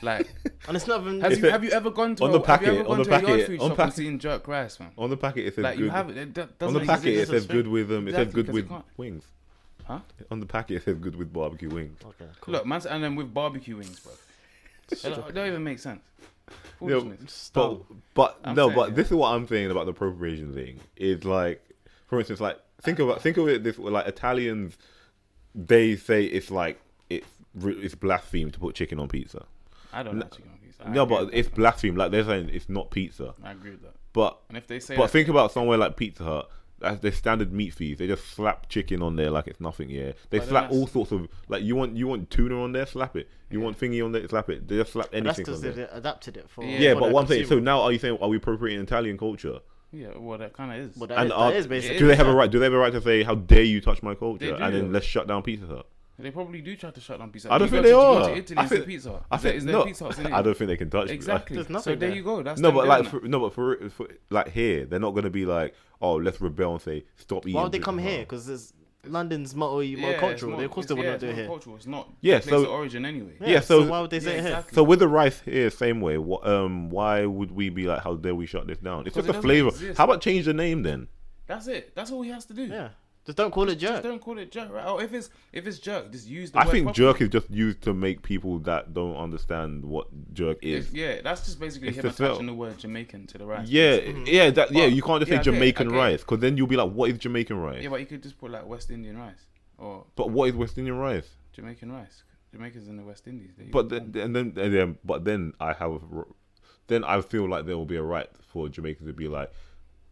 S1: Like,
S3: And it's not even.
S1: has
S2: If
S1: you,
S2: it-
S1: have you ever gone to
S2: on
S1: a,
S2: the
S1: have
S2: packet,
S1: you ever
S2: on
S1: gone
S2: the
S1: to a
S2: packet,
S1: yard food
S2: on
S1: shop
S2: packet-
S1: and seen jerk rice, fam?
S2: On the packet, it says
S1: Like
S2: good.
S1: you have it. that
S2: on
S1: doesn't
S2: the
S1: exist.
S2: packet, it
S3: there's
S2: says
S3: such
S2: good with um. It says
S1: Exactly,
S2: good
S1: 'cause
S2: with
S1: it can't-
S2: wings.
S1: Huh?
S2: On the packet, it says good with barbecue wings.
S3: Okay, cool.
S1: Look, man's and then with barbecue wings, bro. It don't even make sense. Foolishness.
S2: But,
S3: Stole.
S2: but
S1: I'm
S2: no,
S1: saying,
S2: but
S1: yeah.
S2: this is what I'm saying about the appropriation thing. Is like, for instance, like think about think of it this way: like Italians, they say it's like it's re- it's blasphemy to put chicken on pizza.
S1: I don't like chicken on pizza. I
S2: no,
S1: agree
S2: but
S1: with
S2: it's
S1: that.
S2: blasphemy. Like they're saying it's not pizza.
S1: I agree with that.
S2: But
S1: And if they say,
S2: but
S1: that-
S2: think about somewhere like Pizza Hut. That's their standard meat fees. They just slap chicken on there like it's nothing. Yeah, they
S1: But then
S2: slap
S1: that's-
S2: all sorts of like you want you want tuna on there, slap it. You want thingy on there, slap it. They just slap anything.
S3: And that's
S2: on
S3: because
S2: there.
S3: they've adapted it for.
S1: Yeah,
S2: Yeah,
S3: for
S2: but
S3: the
S2: one thing. So
S3: consumer.
S2: now, are you saying are we appropriating Italian culture?
S1: yeah, well, that kind of is.
S3: Well, that is-
S2: are-
S3: that is basically.
S2: do they have a
S3: yeah.
S2: right? Do they have a right to say, "How dare you touch my
S1: They
S2: culture?"
S1: do.
S2: And then let's shut down Pizza Hut.
S1: they probably do try to shut down pizza.
S2: I
S1: Hut.
S2: don't
S1: You
S2: think
S1: go
S2: they
S1: to,
S2: are.
S1: You go to Italy
S2: I
S1: and see
S2: think-
S1: pizza. Hut.
S2: I
S1: Is there-
S2: think
S1: is there
S2: no.
S1: pizza huts in
S2: I
S1: Italy?
S2: don't think they can touch. it.
S1: Exactly.
S3: There's
S1: so
S3: nothing
S1: there
S3: there.
S1: you go. That's
S2: no,
S1: them
S2: but like
S1: doing
S2: for, no, but for, for like here, they're not gonna be like, "Oh, let's rebel and say stop eating."
S3: Why would they
S2: Pizza
S3: come
S2: Hut."
S3: here? Because London's multi
S1: that.
S3: more
S1: it's
S3: cultural.
S1: not-
S3: They- Of course, they
S1: it's-
S3: would
S1: yeah,
S3: not do it
S1: it's
S3: here.
S1: Cultural. It's not.
S2: Yeah,
S1: the place
S2: so-
S1: of origin anyway.
S2: Yeah, so-
S3: why would they
S1: Yeah,
S3: say it here?
S1: exactly.
S2: So with the rice here, same way. What, um, why would we be like, "How dare we shut this down?" It's
S1: 'Cause
S2: just
S1: it
S2: a
S1: doesn't
S2: flavor.
S1: exist.
S2: How about change the name then?
S1: That's it. That's all he has to do.
S3: Yeah, just don't call it
S1: Just
S3: jerk.
S1: don't call it jerk. Right? Or if it's if it's jerk, just use the.
S2: I
S1: word
S2: think
S1: properly.
S2: jerk is just used to make people that don't understand what jerk is.
S1: If- yeah, that's just basically
S2: It's
S1: him
S2: the thrill.
S1: attaching the word Jamaican to the rice.
S2: Yeah, yeah, that, yeah. You can't just
S1: mm-hmm.
S2: say
S1: yeah, I get it,
S2: Jamaican
S1: I get it.
S2: rice because then you'll be like, what is Jamaican rice?
S1: Yeah, but you could just put like West Indian rice or
S2: but what is West Indian rice?
S1: Jamaican rice. Jamaicans in the West Indies. They
S2: But the, and then and then but then I have, a r- then I feel like there will be a right for Jamaicans to be like,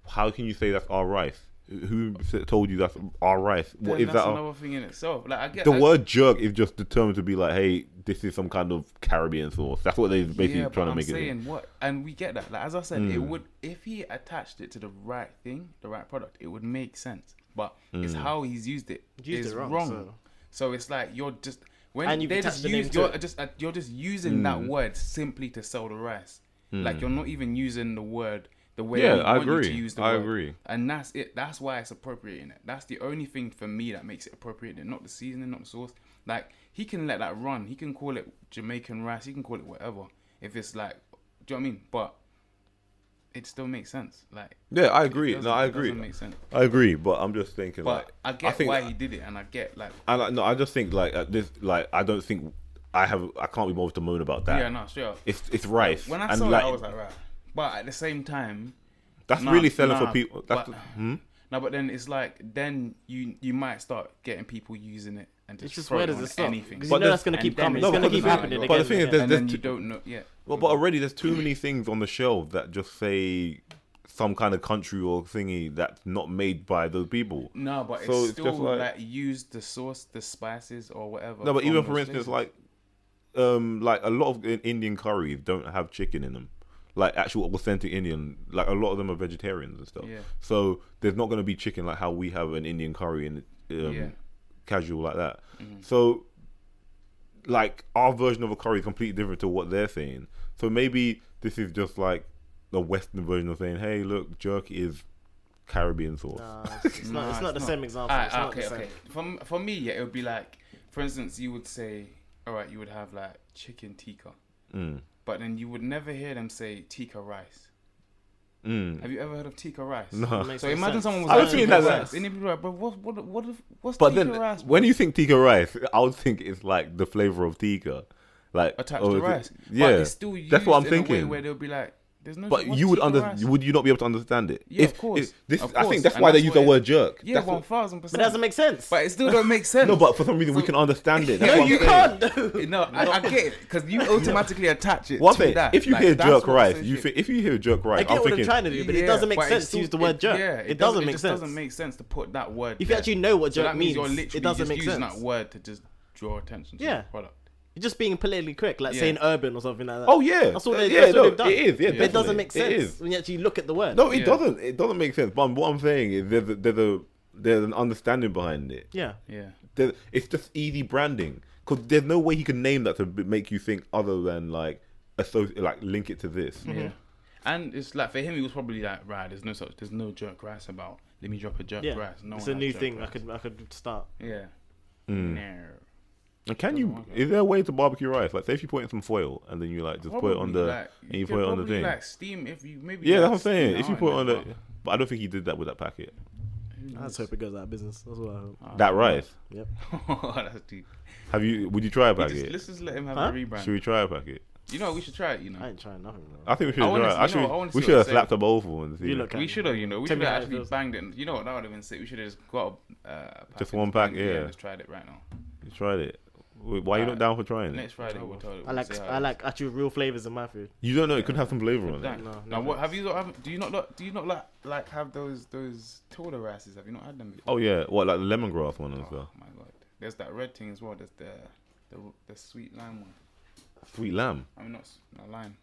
S2: how can you say that's our rice? Who s- told you that's our rice?
S1: Then
S2: What is
S1: that's
S2: that?
S1: another thing in itself. Like I get
S2: the
S1: I-
S2: word jerk is just determined to be like, hey, this is some kind of Caribbean sauce. That's what they're basically
S1: yeah, but
S2: trying to
S1: I'm
S2: make it. Mm.
S1: saying what, and we get that. Like as I said, it would if he attached it to the right thing, the right product, it would make sense. But it's
S2: Mm.
S1: how he's used it is
S3: He used it
S1: wrong.
S3: wrong,
S1: So.
S3: so-
S1: it's like you're just when
S3: And you've
S1: they
S3: attached
S1: just
S3: the name
S1: use
S3: to
S1: you're
S3: it.
S1: just uh, you're just using
S2: Mm.
S1: that word simply to sell the rice. Like you're not even using the word the way
S2: Yeah,
S1: we
S2: I
S1: want you to
S2: agree.
S1: use the
S2: I
S1: word.
S2: agree.
S1: And that's it. That's why it's appropriating it. That's the only thing for me that makes it appropriating. Not the seasoning, not the sauce. Like he can let that run. He can call it Jamaican rice. He can call it whatever. If it's like, do you know what I mean? But it still makes sense. Like
S2: Yeah, I
S1: it
S2: agree. No,
S1: doesn't-
S2: I
S1: it doesn't
S2: agree.
S1: make sense.
S2: I agree, but I'm just thinking.
S1: But
S2: like,
S1: I get
S2: think
S1: why
S2: that-
S1: he did it, and I get like,
S2: I like no. I just think like at this, like I don't think I have. I can't be bothered to moan about that.
S1: yeah, no, straight up.
S2: It's it's rice.
S1: When I
S2: and
S1: saw
S2: like,
S1: that, I was like, right. But at the same time,
S2: that's
S1: nah,
S2: really selling
S1: nah,
S2: for people. That's
S1: but,
S2: the- hmm?
S1: No, but then it's like then you you might start getting people using it and just
S3: It's just
S1: throw
S3: where
S1: it
S3: does
S1: on
S3: it stop?
S1: anything.
S3: Because
S2: But
S3: you know
S2: there's-
S3: that's gonna
S1: and
S3: keep
S1: then
S3: coming.
S1: it's
S3: It's gonna
S2: because
S3: keep
S2: it's-
S3: happening.
S2: but the
S3: again
S2: thing
S3: and
S2: is,
S3: again.
S2: there's-
S1: and then
S2: there's
S1: you
S2: two-
S1: don't know. Yeah.
S2: Well, but already there's too many things on the shelf that just say some kind of country or thingy that's not made by those people.
S1: No, but
S2: So
S1: it's
S2: it's
S1: still
S2: just
S1: like,
S2: like-
S1: use the sauce, the spices, or whatever.
S2: No, but
S1: from
S2: even
S1: those
S2: for instance,
S1: places.
S2: like, um, like a lot of in- Indian curries don't have chicken in them. Like actual authentic Indian, like a lot of them are vegetarians and stuff.
S1: Yeah.
S2: So there's not going to be chicken like how we have an Indian curry and um,
S1: Yeah. Mm-hmm.
S2: casual like that. So, like our version of a curry is completely different to what they're saying. So maybe this is just like the Western version of saying, "Hey, look, jerk is Caribbean sauce."
S3: Nah, it's- it's not. It's not the same example.
S1: Alright,
S3: It's not
S1: Ah, okay,
S3: the same.
S1: okay. For, for me, yeah, it would be like, for instance, you would say, all right, you would have like chicken tikka,
S2: Mm.
S1: but then you would never hear them say tikka rice.
S2: Mm.
S1: Have you ever heard of tikka rice?
S2: No.
S1: So imagine someone was
S2: I
S1: like,
S2: was thinking
S1: tikka
S2: that-
S1: rice, and you'd be like, bro, what, what, what, if- what's
S2: But
S1: tikka
S2: then,
S1: rice?
S2: when you think tikka rice, I would think it's like the flavor of tikka, like
S1: attached
S2: oh,
S1: to
S2: is it-
S1: rice.
S2: Yeah,
S1: but it's still used
S2: that's what I'm
S1: in a way
S2: thinking.
S1: where they'll be like, There's no.
S2: But
S1: what's
S2: you would
S1: chicken
S2: under
S1: rice?
S2: would you not be able to understand it?
S1: Yeah, of course.
S2: this,
S1: Of
S2: I
S1: course.
S2: think that's
S1: And
S2: why they
S1: that's
S2: use
S1: why
S2: the
S1: it-
S2: word jerk.
S1: Yeah,
S2: That's
S1: one
S2: what-
S1: thousand percent.
S3: But it doesn't make sense.
S1: But it still don't make sense.
S2: no, but for some reason we can understand it. That's
S3: no,
S2: what
S3: you
S2: I'm saying.
S3: can't.
S1: No, I, I get it because you automatically attach it
S2: One
S1: to
S2: thing,
S1: that.
S2: if you
S1: Like,
S2: hear
S1: that's
S2: jerk
S1: what
S2: rice,
S1: says
S2: you
S1: shit.
S2: think, if you hear jerk
S3: I
S2: rice,
S3: get
S2: I'm
S3: what
S2: thinking
S3: I'm trying to do, but it doesn't
S1: Yeah,
S3: make
S1: but
S3: sense
S1: it's
S3: to use the
S1: still-
S3: word
S1: it-
S3: jerk.
S1: Yeah,
S3: it, doesn't make
S1: it
S3: sense.
S1: doesn't make sense to put that word.
S3: if you
S1: there.
S3: actually know what
S1: so
S3: jerk
S1: that means
S3: means,
S1: you're
S3: it
S1: literally
S3: doesn't
S1: just
S3: make
S1: using
S3: sense.
S1: that word to just draw attention to
S3: Yeah.
S1: the product.
S3: You're just being politically correct, like
S1: Yeah.
S3: saying urban or something like that.
S2: Oh yeah,
S3: That's all they-
S2: Uh, yeah,
S3: that's
S2: no,
S3: what they've done.
S2: It is, yeah,
S1: But
S3: but it doesn't
S2: definitely.
S3: make
S2: It
S3: sense
S2: is.
S3: when you actually look at the word.
S2: No, it
S1: Yeah.
S2: doesn't. It doesn't make sense. But what I'm saying is there's a, there's a there's an understanding behind it.
S3: Yeah.
S1: Yeah,
S2: There, it's just easy branding because there's no way he can name that to b- make you think other than like associ- like link it to this.
S1: yeah. And it's like for him, he was probably like, right, there's no such, there's no jerk rice about. Let me drop a jerk
S3: Yeah.
S1: rice. No
S3: it's
S1: one
S3: a
S1: has
S3: new
S1: jerk
S3: thing.
S1: rice.
S3: I could I could start.
S1: Yeah.
S2: Hmm.
S1: No.
S2: And can
S1: Doesn't
S2: you?
S1: work, yeah.
S2: Is there a way to barbecue rice? Like, say if you put in some foil and then you like just put it on the
S1: Probably, like,
S2: and you
S1: could
S2: put it on the
S1: probably,
S2: thing.
S1: Like steam, if you maybe.
S2: yeah,
S1: like,
S2: that's what I'm
S1: steam
S2: saying. If you
S1: out
S2: put it
S1: and
S2: on
S1: then
S2: the, but I don't think he did that with that packet.
S3: I just hope it goes out of business. That's what I hope.
S2: that rice.
S3: Yep.
S1: Oh, that's deep.
S2: Have you? Would you try a
S1: We just-
S2: packet?
S1: let's just let him have
S3: Huh?
S1: a rebrand.
S2: Should we try a packet?
S1: You know, we should try it. You
S3: I
S1: know,
S3: ain't trying nothing. Bro.
S2: I think we should
S1: I
S2: try.
S1: wanna
S2: it.
S1: see- you
S2: Actually,
S1: know, I wanna
S2: we
S1: see
S2: should
S1: what
S2: have
S1: it
S2: slapped a bowl for and see.
S3: You look at
S1: we should have. You know, we
S3: Tell
S1: should
S3: me how
S1: have
S3: it
S1: actually
S3: feels.
S1: banged it. You know what? That would have been sick. We should have just got a, uh,
S2: Just
S1: packet
S2: one
S1: to
S2: pack,
S1: bang-
S2: yeah.
S1: Just tried it right now.
S2: You tried it. Wait, Why are you not
S1: Alright.
S2: down for trying it?
S1: Next Friday, we'll tell uh, it.
S3: I like I like actual real flavors in my food.
S2: You don't know. It could have some flavor on it.
S1: Dang.
S3: No,
S1: now,
S3: no
S1: what
S3: thanks.
S1: have you? Not, have, do you not like? Do you not like like have those those Tilda rices? Have you not had them before? Oh,
S2: Oh yeah, what like the lemongrass one as well.
S1: my god! There's that red thing as well. There's the the, the sweet lime one.
S2: Sweet lamb.
S1: I mean, not s- not lime.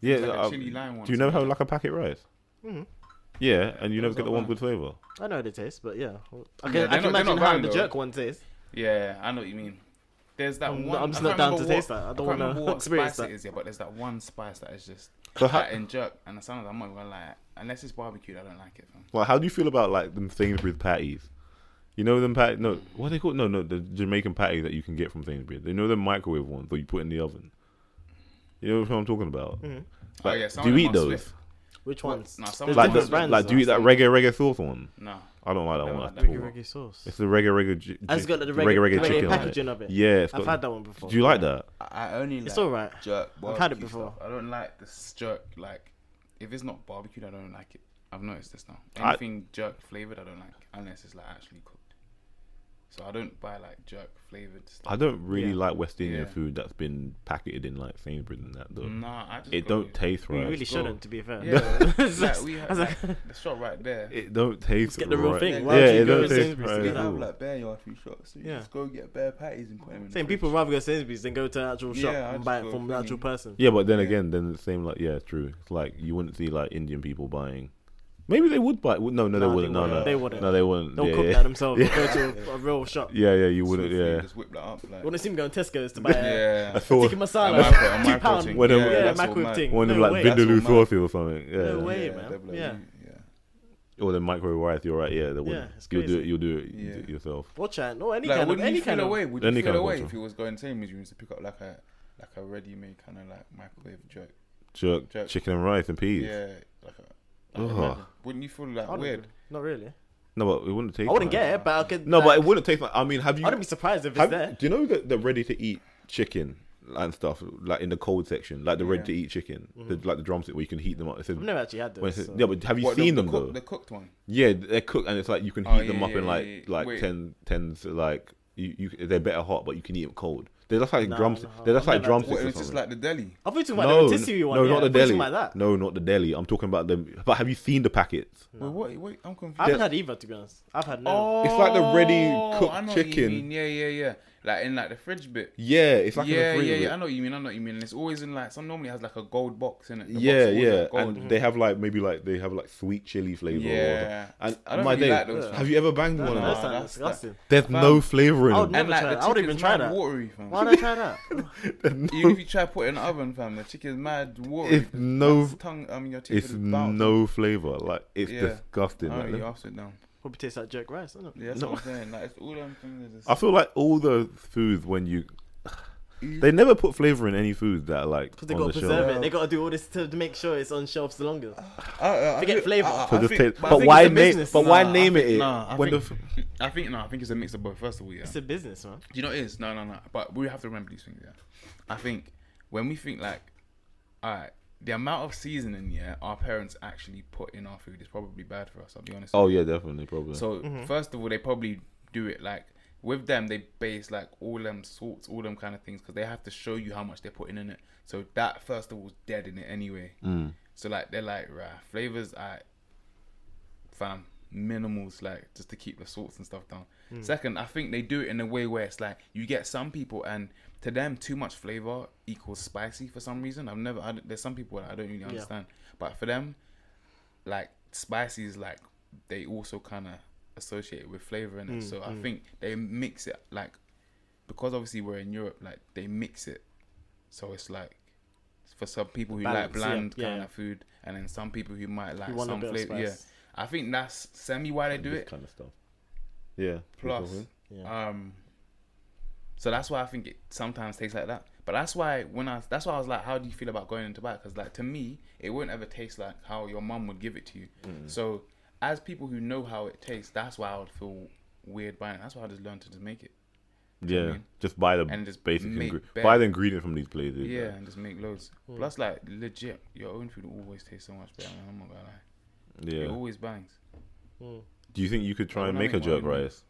S2: Yeah.
S1: It's like a
S2: uh,
S1: chili lime one.
S2: do you never have like a packet rice?
S3: Mhm.
S2: Yeah, and you never
S1: Those
S2: get
S1: are
S2: the one
S1: mad.
S2: with flavor.
S3: I know the taste, but yeah, I
S1: they're
S3: can, I can
S1: not- they're
S3: imagine
S1: not
S3: how
S1: bad,
S3: the
S1: though.
S3: jerk one tastes.
S1: Yeah, I know what you mean. There's that
S3: I'm
S1: one.
S3: not- I'm just
S1: I
S3: not
S1: can't
S3: down
S1: remember
S3: to taste that. I don't
S1: can't
S3: wanna
S1: remember what
S3: experience
S1: spice
S3: that.
S1: It is, yeah, but there's that one spice that is just
S2: So
S1: like
S2: how-
S1: in jerk, and sometimes I'm not gonna lie. Unless it's barbecued, I don't like it. Fam.
S2: Like, how do you feel about like them Sainsbury's patties? You know them pat no what are they called no no the Jamaican patties that you can get from Sainsbury's. They know the microwave ones that you put in the oven. You know what I'm talking about?
S3: Mhm.
S1: Oh,
S2: Like,
S1: yeah, some
S2: do
S1: of
S2: you
S1: them
S2: eat
S1: are
S2: those?
S1: Swift.
S3: Which
S1: What?
S3: ones?
S1: Nah,
S3: There's
S1: some of
S2: Like,
S1: them
S2: the,
S1: Those
S3: different
S1: are
S3: brands.
S2: like do you eat that reggae reggae sauce one?
S1: No,
S2: I don't like that
S1: I don't
S2: one.
S1: like
S2: That's
S1: that.
S2: awful.
S3: Reggae, reggae sauce.
S2: It's the reggae reggae. Ju-
S3: It's got the reggae- reggae
S2: on it.
S3: packaging of it.
S2: Yeah, it's
S3: I've
S2: got-
S3: had that one before.
S2: Do you like that?
S1: I I only.
S3: It's
S1: like
S3: alright.
S1: Jerk.
S3: I've had it
S1: barbecue
S3: before.
S1: stuff. I don't like this jerk. Like, if it's not barbecued, I don't like it. I've noticed this now.
S2: I-
S1: Anything jerk flavored, I don't like unless it's like actually cooked. So I don't buy like jerk flavored stuff.
S2: I don't really
S3: Yeah.
S2: like West Indian
S1: Yeah. Mm.
S2: food that's been packeted in like Sainsbury's and that though.
S1: Nah, I just
S2: It
S1: go
S2: don't
S1: with-
S2: taste
S3: We
S2: right.
S3: really
S1: Go.
S3: shouldn't, to be fair.
S1: Yeah,
S3: It's
S1: like
S3: just-
S1: we have
S3: I was
S1: like,
S3: like-
S1: the shot right there.
S2: It don't taste.
S3: get the real
S2: right.
S3: thing.
S2: Yeah,
S3: Why would you
S2: it
S3: go
S2: don't
S3: with
S2: taste
S3: Sainsbury's to
S2: right.
S3: get
S2: at
S3: that?
S2: all.
S1: bare yard food shops. So
S3: you Yeah. just
S1: go get bare patties and put them in.
S3: Saying people rather go to Sainsbury's than go to an actual shop
S1: Yeah, I
S3: and
S1: just
S3: buy it
S1: go
S3: from
S1: thingy.
S3: an actual person.
S2: Yeah, but then
S1: Yeah.
S2: again, then it's the same. Like, yeah, it's true. It's like you wouldn't see like Indian people buying. Maybe they would buy. No, no, they
S3: Nah, they
S2: wouldn't. No,
S3: wouldn't.
S2: no,
S3: They wouldn't.
S2: No, they wouldn't.
S3: They'll
S2: yeah,
S3: cook
S2: yeah.
S3: that themselves.
S2: Yeah.
S3: Go to a, a real shop.
S2: yeah, yeah, you wouldn't. Yeah,
S1: Just whip that up. Like,
S3: I want to see them going to Tesco's to buy a
S1: yeah.
S2: I
S3: tikka
S2: thought
S3: masala,
S1: A micro- a
S3: two
S1: micro
S3: pound.
S1: thing.
S2: One of
S3: Yeah,
S2: them-
S1: Yeah, that's
S3: microwave
S1: what
S3: thing.
S2: one of
S3: No
S2: them
S3: way.
S2: like
S1: That's
S2: vindaloo
S1: what mine-
S2: sauce or something. Yeah,
S3: No way,
S1: yeah,
S3: man.
S1: they'll be like,
S3: Yeah.
S1: you- yeah.
S2: or the microwave rice. You're right. Yeah, they wouldn't.
S3: it's
S2: you'll do it.
S3: crazy.
S2: You'll do it
S1: Yeah.
S2: d- yourself.
S3: Or Chan, or any
S1: like,
S3: kind of
S1: would
S3: any
S1: you
S3: kind
S1: feel
S3: of.
S1: away? Would
S2: Any
S1: you
S2: kind
S1: feel
S2: of
S1: away
S2: culture.
S1: if you was going same as you used to pick up like a like a ready-made kind of like microwave jerk?
S2: Jerk,
S1: Jerk.
S2: chicken and rice and peas.
S1: Yeah, like a.
S2: Ugh.
S1: Like imagine. Wouldn't you feel
S3: I
S1: like
S3: wouldn't-
S1: weird?
S3: Not really.
S2: No, but it wouldn't taste.
S3: I wouldn't
S2: like-
S3: get it, but I could.
S2: No,
S3: like,
S2: but it wouldn't taste. Like, I mean, have you?
S3: I wouldn't be surprised if it's
S2: Have-
S3: there.
S2: Do you know that the ready to eat chicken and stuff like in the cold section, like the ready to eat chicken, the,
S1: Mm-hmm.
S2: like the drumstick where you can heat them up? It says-
S3: I've never actually had
S2: when it
S3: those.
S2: says-
S3: so-
S2: Yeah, but have you
S1: What, the-
S2: seen
S1: the
S2: them
S1: cook-
S2: though?
S1: The cooked one.
S2: Yeah, they're cooked and it's like you can heat
S1: Oh, yeah,
S2: them up
S1: yeah,
S2: in
S1: yeah,
S2: like
S1: yeah.
S2: like
S1: Wait.
S2: ten tens like you, you they're better hot, but you can eat them cold. They're just like
S3: Nah,
S2: drums.
S3: nah,
S2: They're just
S3: I've
S2: like
S3: never had
S2: drumsticks.
S1: What,
S2: or
S1: it was just
S2: something.
S1: like the deli.
S3: I thought you were talking
S2: no,
S3: about the rotisserie one.
S2: no,
S3: yeah,
S2: not the
S3: I thought you were
S2: deli.
S3: talking About that.
S2: No, not the deli. I'm talking about them. But have you seen the packets?
S1: Wait, what? Wait, I'm confused.
S3: I haven't had either, to be honest. I've had no.
S1: Oh,
S2: It's like the ready cooked
S1: I know what you
S2: chicken.
S1: mean. Yeah, yeah, yeah. Like in like the fridge bit.
S2: Yeah, it's like
S1: yeah,
S2: in the
S1: yeah,
S2: freezer.
S1: yeah. I know what you mean. I know what you mean. And it's always in like some normally has like a gold box in it.
S2: yeah, yeah, and they have like maybe like they have like sweet chili flavor.
S1: mm-hmm. Yeah.
S2: or and
S1: I don't
S2: my
S1: really
S2: day,
S1: like those
S2: have you ever banged one?
S3: No,
S2: of
S3: that
S2: those?
S1: Nah,
S3: sounds
S1: that's-
S3: disgusting.
S2: There's no flavor in
S3: I
S2: them.
S3: would never
S1: and like
S3: try that.
S1: the
S3: I wouldn't
S1: chicken's
S3: even try
S1: mad
S3: that.
S1: watery, fam.
S3: Why would I try that?
S1: Even if you try to put it in the oven, fam, the chicken's mad watery.
S2: It's no-
S1: That's tongue. Um, your teeth
S2: It's
S1: is about.
S2: no flavor. Like it's
S1: Yeah.
S2: disgusting.
S1: Oh,
S2: like,
S1: you upside down.
S3: Probably tastes like jerk rice, doesn't it?
S1: Yeah, that's what I'm saying. Like it's all them things. That just,
S2: I feel like all the foods when you, they never put flavor in any food that are, like
S3: Because they
S2: on
S3: got
S2: the
S3: to
S2: show.
S3: preserve it.
S1: shelf.
S3: They got to do all this to, to make sure it's on shelves the longest.
S1: I- I- I
S3: Forget
S1: think-
S3: flavour.
S1: I- I-
S2: So
S1: I
S2: just
S1: think-
S2: taste-
S1: I
S2: but
S1: think
S2: why
S1: it's a
S2: name?
S1: business.
S2: But
S3: Nah,
S2: why
S3: I
S2: name it?
S1: Nah, I
S2: when the
S1: think, I think no, I think it's a mix of both. First of all, yeah.
S3: It's a business, man.
S1: Do you know what it is? No, no, no. But we have to remember these things, yeah. I think when we think like, all right, the amount of seasoning yeah our parents actually put in our food is probably bad for us. I'll be honest.
S2: Oh
S1: with
S2: yeah, definitely, probably.
S1: you. So first of all, they probably do it like with them. They base like all them salts, all them kind of things, because they have to show you how much they're putting in it. So that first of all is dead in it anyway.
S2: Mm.
S1: So like they're like rah flavors are fam minimals like just to keep the salts and stuff down.
S3: Hmm.
S1: Second, I think they do it in a way where it's like you get some people and to them too much flavor equals spicy for some reason. I've never I, don't- there's some people that I don't really understand, but for them, like spicy is like they also kind of associate it with flavor
S3: Hmm,
S1: in it. so I think they mix it like because obviously we're in Europe, like they mix it. So it's like for some people who like
S3: Balance, yeah,
S1: bland
S3: yeah,
S1: kind
S3: yeah.
S1: of food, and then some people who might like
S3: You want
S1: uh,
S3: a
S1: some
S3: bit of
S1: flavor. Yeah,
S3: spice.
S1: I think that's semi why they do
S2: this
S1: it.
S2: kind of stuff. Yeah.
S1: Plus,
S3: Yeah.
S1: um, so that's why I think it sometimes tastes like that. But that's why when I that's why I was like, how do you feel about going into back? Because like to me, it wouldn't ever taste like how your mum would give it to you.
S2: Mm.
S1: So as people who know how it tastes, that's why I would feel weird buying. it. That's why I just learned to just make it.
S2: yeah,
S1: mean?
S2: just buy the
S1: And just
S2: basic
S1: make
S2: ingredient.
S1: better.
S2: Buy the ingredient from these places.
S1: Yeah,
S2: like. Mm.
S1: and just make loads. Plus, like legit, your own food always tastes so much better. Man. I'm not gonna lie, it
S2: Yeah.
S1: always bangs.
S3: Mm.
S2: Do you think you could try and
S1: Well, I
S2: make a
S1: mean, why
S2: jerk
S1: wouldn't you?
S2: rice?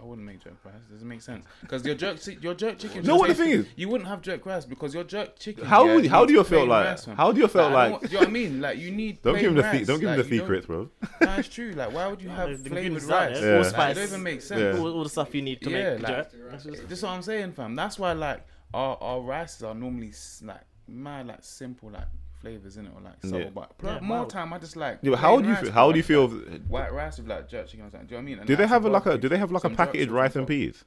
S1: I wouldn't make jerk rice. Doesn't make sense because your jerk, chi- your jerk chicken.
S2: No,
S1: should
S2: what the
S1: taste-
S2: thing is-
S1: you wouldn't have jerk rice because your jerk chicken.
S2: How
S1: yeah,
S2: would- how do you
S1: needs
S2: feel
S1: plain
S2: like-
S1: rice, man.
S2: how do you feel
S1: I don't
S2: like-
S1: want- do you know what I mean? Like you need.
S2: Don't give him
S1: plain
S2: the se-
S1: rice.
S2: don't give him
S1: Like,
S2: the
S1: you don't-
S2: secrets, bro.
S1: Nah, it's true. Like why would you have
S3: the- the
S1: flavored
S3: ingredients are
S1: rice?
S2: there, Yeah.
S1: Like,
S3: spice.
S1: it doesn't make sense.
S2: Yeah.
S3: all, all the stuff you need to
S1: Yeah,
S3: make
S1: like-
S3: jerk. That's just-
S1: That's what I'm saying, fam. That's why like our our rices are normally s- like mad, like simple, like flavors in it or like subtle.
S2: Yeah.
S1: But
S3: Yeah,
S1: more
S3: mild.
S1: time, I just like.
S2: Yeah, but how
S1: plain
S2: do you
S1: rice,
S2: feel, how
S1: bro.
S2: do you feel?
S1: White rice with like jerk chicken or something. Do you know what I mean? And
S2: do they
S1: that's
S2: have a, like
S1: barbecue.
S2: a do they have like a
S1: Some jerk
S2: packaged
S1: chicken
S2: rice
S1: on
S2: and
S1: top.
S2: peas?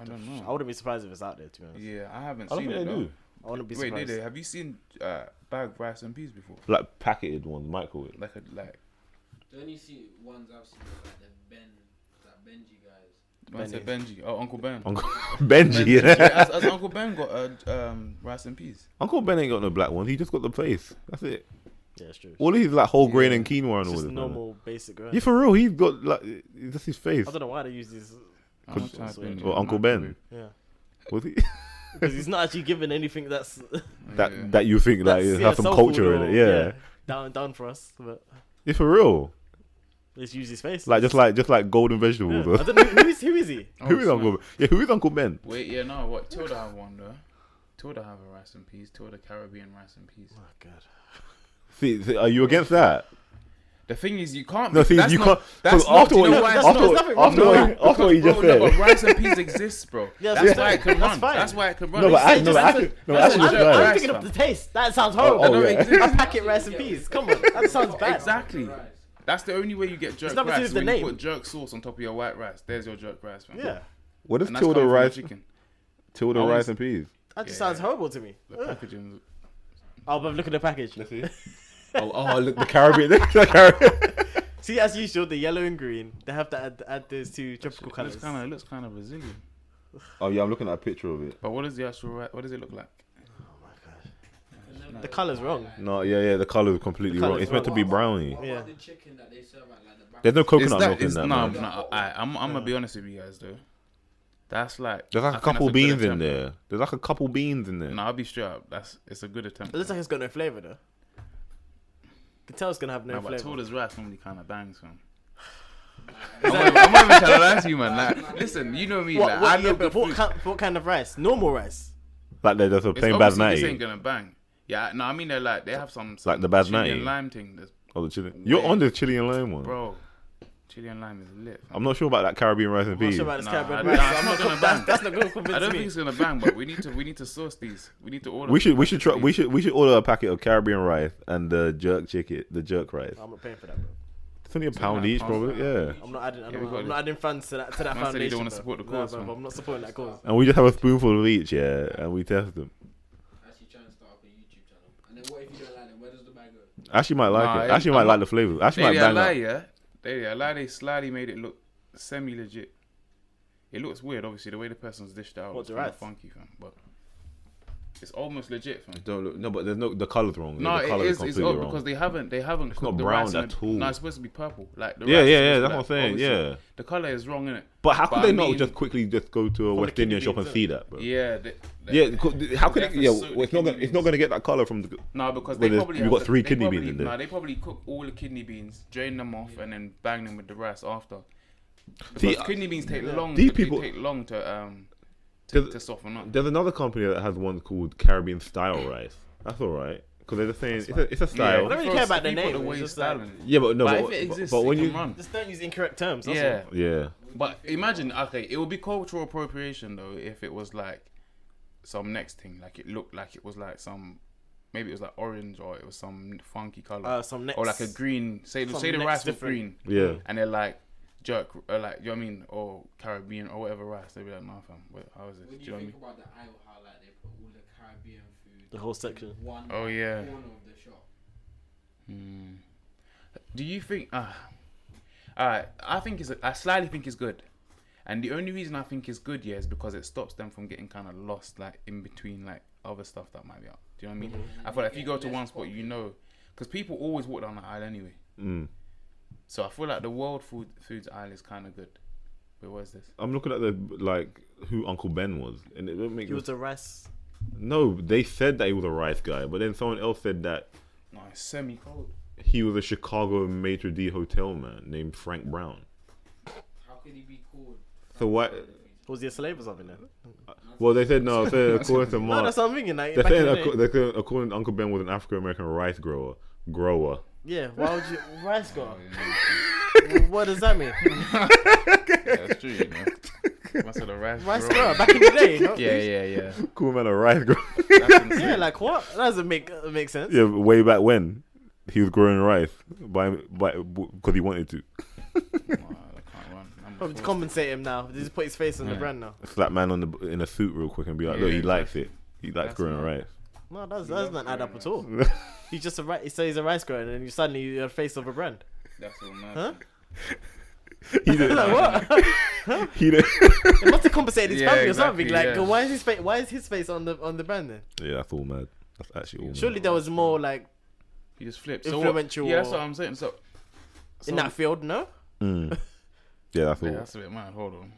S1: I don't know.
S3: I wouldn't be surprised if it's out there, to be honest.
S1: Yeah, I haven't
S2: I don't
S1: seen
S2: think
S1: it
S2: they
S1: though.
S2: do.
S3: I wouldn't be
S1: Wait,
S3: surprised.
S1: did they? Have you seen uh, bag rice and peas before?
S2: Like packeted ones, microwave.
S1: Like a like.
S4: The only see ones I've seen are like the Ben, that Benji guys.
S1: I said Benji. Oh, Uncle Ben.
S2: Uncle Benji.
S1: Benji.
S2: Yeah.
S1: has, has Uncle Ben got uh, um, rice and peas?
S2: Uncle Ben ain't got no black ones. He just got the place. That's it.
S3: Yeah, it's true.
S2: All of his like whole grain
S1: Yeah.
S2: and quinoa and
S3: It's
S2: all
S3: just
S2: this. man.
S3: normal basic rice.
S2: Yeah, for real. He's got like that's his face.
S3: I don't know why they use these.
S1: I'm gonna
S3: Could-
S1: type in
S3: Well,
S1: it.
S2: Uncle Ben.
S1: Microwave.
S3: Yeah,
S2: Was he?
S3: because he's not actually given anything that's
S2: that
S1: Yeah. Oh,
S2: that you think like
S3: that's
S2: it
S3: yeah,
S2: has some
S3: soul food
S2: culture in
S3: or-
S2: it. Yeah.
S3: down down for us, but
S2: yeah, for real.
S3: let's use his face.
S2: Like just like just like golden
S3: yeah.
S2: vegetables.
S3: I don't know who is who is he?
S1: Oh,
S2: who is
S1: snap.
S2: Uncle? Ben? Yeah, who is Uncle Ben?
S1: Wait, yeah, no. What Tilda have one though? Tilda have a rice and peas. Tilda Caribbean rice and peas.
S3: Oh god,
S2: See, see, are you against that?
S1: The thing is, you can't.
S2: No,
S1: be-
S2: see,
S1: that's
S2: you
S1: not-
S2: can't.
S1: That's
S2: so
S1: not,
S2: after
S1: you
S2: what,
S1: know
S2: you-
S1: why it's
S2: after,
S1: not-
S2: what-
S3: nothing wrong
S2: after
S3: with
S2: what,
S3: that.
S2: you- after what you just
S1: Bro, no,
S2: said.
S1: but rice and peas exists, bro.
S3: Yeah,
S1: that's
S3: that's
S1: why
S3: fine.
S1: it can
S3: That's
S1: run.
S3: fine.
S1: That's why it can run.
S2: No, but
S1: It's
S2: I-
S1: just-
S2: no, but
S1: that's
S2: actually-
S1: a-
S2: no,
S1: that's a
S2: actually,
S1: jerk
S2: no,
S1: rice,
S3: I'm thinking of
S1: fam.
S3: the taste. That sounds horrible.
S2: oh,
S1: No, no,
S2: yeah.
S1: it exists.
S3: A packet rice and peas. Come on, that sounds bad.
S1: Exactly. That's the only way you get jerk
S3: nothing to
S1: rice.
S3: do with the
S1: When you
S3: name.
S1: put jerk sauce on top of your white rice, there's your jerk rice, man.
S3: Yeah,
S2: What is
S1: And that's
S2: Tilda
S1: coming from the
S2: rice?
S1: chicken.
S2: Tilda
S1: I
S2: rice
S1: always-
S2: and peas.
S3: that just
S1: Yeah.
S3: sounds horrible to me.
S1: The
S3: Ugh.
S1: packaging.
S3: Oh, but look at the package.
S2: oh, oh, look the Caribbean. the Caribbean.
S3: See, as usual, the yellow and green. They have to add, add those two tropical
S1: It looks
S3: colors.
S1: kind of looks kind of Brazilian.
S2: Oh yeah, I'm looking at a picture of it.
S1: But what is the actual rice? What does it look like?
S3: The color's wrong.
S2: No, yeah, yeah, the color is completely
S3: The
S2: wrong.
S3: colour's
S2: It's meant to
S3: wrong.
S2: be brownie.
S4: What
S3: Yeah.
S4: about the chicken that they serve at like the back?
S2: There's no coconut milk in
S1: is-
S2: that.
S1: No,
S2: man.
S1: no. I, I'm I'm gonna be honest with you guys though. That's like
S2: There's
S1: I
S2: like a
S1: think that's
S2: couple
S1: good
S2: beans in
S1: attempt.
S2: there. There's like a couple beans in there.
S1: No, I'll be straight up. That's it's a good attempt.
S3: It looks like it's got no flavor though. can tell it's gonna have no
S1: no, but
S3: flavor.
S1: Tilda's rice normally kind of bangs, man. I'm not even- I'm not even trying to lie to you, man. Like, listen, you know me.
S3: What,
S1: like,
S3: what,
S1: I
S3: yeah,
S1: know
S3: but
S1: good
S3: what,
S1: food.
S3: kind, what kind of rice? Normal rice.
S2: Like there- there's a
S1: It's
S2: plain
S1: obviously this ain't
S2: basmati
S1: gonna bang. Yeah, no, I mean they're like they have some,
S2: Like the
S1: some
S2: basmati?
S1: chili and lime thing, that's,
S2: or Oh, the chili. You're on the chili and lime one.
S1: bro. Chili and lime is lit. fam.
S2: I'm not sure about that Caribbean rice and
S3: I'm not
S2: peas.
S3: sure about this
S1: Nah,
S3: kind of
S1: I-
S3: rice.
S1: nah, I'm not gonna
S3: that's,
S1: ban.
S3: that's not gonna convince
S1: I don't
S3: me.
S1: think it's gonna bang, but we need to we need to source these. We need to order.
S2: We should we
S1: these.
S2: should try we should we should order a packet of Caribbean rice and the jerk chicken the jerk rice.
S3: I'm not paying for that, bro.
S2: It's only a pound
S1: like
S2: each,
S1: half
S2: probably. Yeah.
S3: I'm not adding. I'm,
S1: Yeah, we
S3: not,
S1: got
S3: I'm not adding funds to that to that
S1: Man said he
S3: foundation.
S1: don't wanna
S3: bro.
S1: support the
S3: Nah,
S1: cause,
S3: bro,
S1: man.
S3: I'm not supporting that cause.
S2: And we just have a spoonful of each, yeah, and we test them.
S4: Actually, trying to start up a YouTube channel. And then what if you don't like them? Where does the bag go?
S2: Ashley might like
S1: Nah,
S2: it.
S1: I-
S2: Ashley
S1: I'm
S2: might
S1: not-
S2: like the flavors. Ashley might
S1: They, I
S2: bang
S1: lie,
S2: that.
S1: yeah. They, I lie. They slightly made it look semi legit. It looks weird, obviously, the way the person's dished it out.
S3: What,
S1: What's
S3: the
S1: kind
S3: rice?
S1: funky, fam? But it's almost legit, fam.
S2: Don't look, no, but there's no the color's wrong.
S1: No,
S2: the
S1: it
S2: color
S1: is. It's
S2: completely
S1: odd
S2: wrong.
S1: because they haven't. They haven't. It's
S2: not
S1: the
S2: brown
S1: rice in
S2: at
S1: the-
S2: all.
S1: No, it's supposed to be purple. Like the
S2: Yeah,
S1: rice
S2: yeah,
S1: is supposed
S2: yeah,
S1: to be
S2: that's what
S1: like-
S2: I'm saying,
S1: obviously,
S2: yeah.
S1: The color is wrong in it.
S2: but how
S1: but
S2: could they
S1: I
S2: not
S1: mean-
S2: just quickly just go to a West
S3: kidney
S2: Indian shop
S3: beans,
S2: and
S3: innit?
S2: see that, bro?
S1: Yeah, the,
S2: Yeah, 'cause- how could
S1: They
S2: it?
S1: have to
S2: Yeah,
S1: soak
S2: well,
S1: the
S2: it's not gonna.
S1: kidney
S2: It's not
S1: beans.
S2: gonna get that color from the.
S1: No, because
S2: Well,
S1: they
S2: there's-
S1: probably
S2: you've
S1: have
S2: got
S1: to-
S2: three
S1: they
S2: kidney beans
S1: probably-
S2: in there.
S1: No, they probably cook all the kidney beans, drain them off, and then bang them with the rice after. Because
S2: See, I-
S1: kidney beans take long.
S2: These
S1: to, they
S2: people-
S1: take long to um to,
S2: There's-
S1: to soften up.
S2: There's another company that has one called Caribbean Style Rice. That's all right because they're just saying it's a, it's a style.
S3: I don't
S2: Yeah,
S3: really care about the
S1: People
S3: name,
S1: The
S3: it's
S1: way
S3: just
S1: style
S3: like-
S1: it.
S2: but no,
S1: but
S2: but,
S1: if it exists,
S2: but
S1: it
S2: when
S1: can
S2: you
S1: run.
S3: Just don't use incorrect terms. That's
S1: Yeah,
S3: yeah.
S2: yeah,
S1: but imagine okay, it would be cultural appropriation though if it was like some next thing, like it looked like it was like some. Maybe it was like orange, or it was some funky color,
S3: Uh, some
S1: or like a
S3: next-
S1: green. Say,
S3: some
S1: say the
S3: next
S1: rice was
S3: different-
S1: green.
S2: yeah.
S1: and they're like jerk, uh, like you know what I mean, or Caribbean or whatever rice. They be like, nah, fam, wait, how is this? Do
S4: When
S1: you
S4: you
S1: know what I
S4: think
S1: mean?
S4: about the aisle, how like they put all the Caribbean food.
S3: The whole
S4: in
S3: section.
S4: One
S1: Oh, yeah.
S4: corner of the shop.
S1: Do you think? Uh, all right, I think it's. I slightly think it's good, and the only reason I think it's good, yeah, is because it stops them from getting kind of lost, like in between, like other stuff that might be out. Do you know what I mean?
S3: Mm-hmm.
S1: I feel like if you go to one spot, you know, because people always walk down the aisle anyway.
S2: Mm.
S1: So I feel like the world food foods aisle is kind of good. Wait, what is this?
S2: I'm looking at the like who Uncle Ben was, and it don't make
S3: He was a rice.
S2: no. They said that he was a rice guy, but then someone else said that
S1: No, it's semi cold.
S2: he was a Chicago maitre d' hotel man named Frank Brown.
S4: How could he be called?
S2: So what?
S3: Was he a slave or something? Like? that?
S2: Well, they said no. So according to
S3: No,
S2: Mark,
S3: that's what I'm thinking. Like,
S2: they're
S3: back in
S2: saying
S3: the
S2: acco-
S3: day.
S2: they're saying according to Uncle Ben was an African American rice grower. Grower.
S3: Yeah, why would you rice go?
S1: yeah.
S3: what does that mean?
S1: Yeah, that's true, you know. Must have the rice
S3: Rice
S1: grower.
S3: grower back in the day. no?
S1: Yeah, yeah, yeah.
S2: Cool man, a rice grower.
S1: That's insane.
S3: Yeah, like what? That doesn't make uh, make sense.
S2: yeah, way back when he was growing rice by by because he wanted to.
S1: Nah, that can't run. Number
S3: Probably to
S1: four.
S3: compensate him now. Just put his face on the
S1: Yeah.
S3: brand now.
S2: Slap man on the in a suit real quick and be like,
S1: Yeah,
S2: look, he
S1: exactly.
S2: likes it. He likes
S1: That's
S2: growing
S1: mad.
S2: rice.
S3: No, that's
S1: He
S3: that
S1: loves
S3: doesn't add up
S1: growing
S3: at all. He's just a rice. So he's a rice grower, and then you suddenly you're the face of a brand.
S1: That's all mad.
S3: Huh?
S2: He
S3: like
S2: didn't.
S3: what?
S2: he didn't.
S3: it must have compensated his
S1: Yeah,
S3: family
S1: exactly,
S3: or something. Like,
S1: yeah.
S3: why is his face? Why is his face on the on the brand then?
S2: Yeah, that's all mad. That's actually all.
S3: Surely
S2: mad.
S3: there was more like
S1: He just flips. So
S3: Influential
S1: what, yeah, that's
S3: or-
S1: what I'm saying. So, so
S3: in that field, no.
S2: Mm. Yeah, that's all.
S1: yeah, that's a bit mad. Hold on.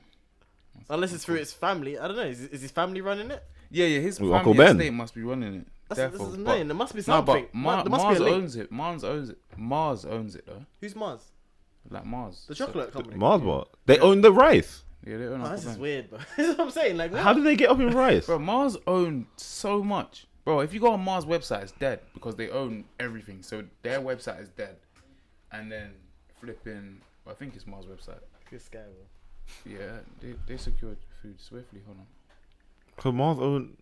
S3: Unless it's through his family. I don't know. Is, is his family running it?
S1: Yeah, yeah. His
S2: With
S1: family
S2: Uncle Ben.
S1: estate must be running it.
S3: That's, this
S1: Therefore,
S3: is
S1: but-
S3: annoying. There must be
S1: no,
S3: something.
S1: but Ma-
S3: there must
S1: Mars
S3: be a link.
S1: owns it. Mars owns it. Mars owns it though.
S3: Who's Mars?
S1: Like Mars.
S3: The
S1: So-
S3: chocolate company.
S2: Mars bar. They own the rice.
S1: yeah, they own
S3: Oh,
S1: Uncle
S3: this is
S1: Ben.
S3: weird, bro. this is what I'm saying. Like, what?
S2: How did they get up in rice?
S1: Bro, Mars own so much. Bro, if you go on Mars website, it's dead because they own everything. So their website is dead. And then flipping, I think it's Mars website.
S3: this guy, bro.
S1: Yeah, they, they secured food swiftly. Hold on.
S2: So Mars own.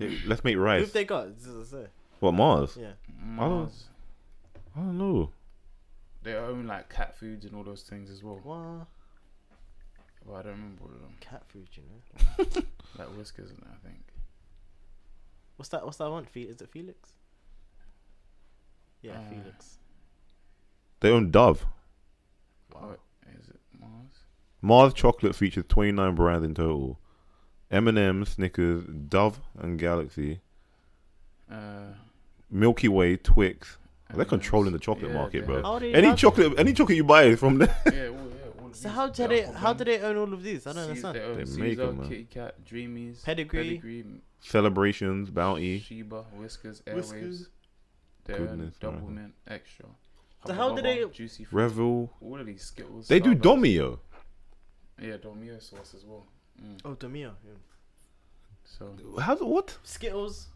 S2: Yeah, let's make
S3: Who
S2: rice.
S3: have they got? This is what I say.
S2: What Mars?
S3: Yeah.
S2: Oh.
S1: Mars.
S2: I don't know.
S1: They own like cat foods and all those things as well.
S3: What?
S1: But I don't remember all of them.
S3: Cat food, you know.
S1: Like Whiskers and that, I think.
S3: What's that? What's that one? Fe- is it Felix? Yeah,
S1: Uh,
S3: Felix.
S2: They own Dove.
S1: Wow. Is it Mars?
S2: Mars chocolate features 29 brands in total. M&M, Snickers, Dove, and Galaxy.
S1: Uh,
S2: Milky Way, Twix. They're
S1: M&Ms.
S2: controlling the chocolate
S1: Yeah,
S2: market,
S1: they
S2: bro.
S1: have-
S3: How do you
S2: Any
S3: have-
S2: chocolate, any chocolate you buy is from there.
S1: Yeah, well, yeah. all of
S3: So
S1: these-
S3: how do
S1: the
S3: they?
S1: Uncle
S3: How
S1: Ben.
S3: do they own all of these? I don't
S1: Caesar-
S3: understand.
S1: They own
S2: They
S1: Caesar,
S2: make 'em, man.
S1: Kitty Cat, Dreamies,
S3: Pedigree.
S1: Pedigree,
S2: Celebrations, Bounty.
S1: Sheba, Whiskers, Airwaves,
S3: Whiskers.
S1: Dare,
S2: Goodness,
S1: Double
S2: man.
S1: Mint, Extra.
S3: So how do they-
S1: Juicy Fruit,
S2: Revel.
S1: all of these Skittles.
S2: They do
S1: Starburst.
S2: Domio.
S1: Yeah, Domio sauce as well. Mm,
S3: Oh, Demio. Yeah.
S1: so
S2: How's what?
S3: Skittles.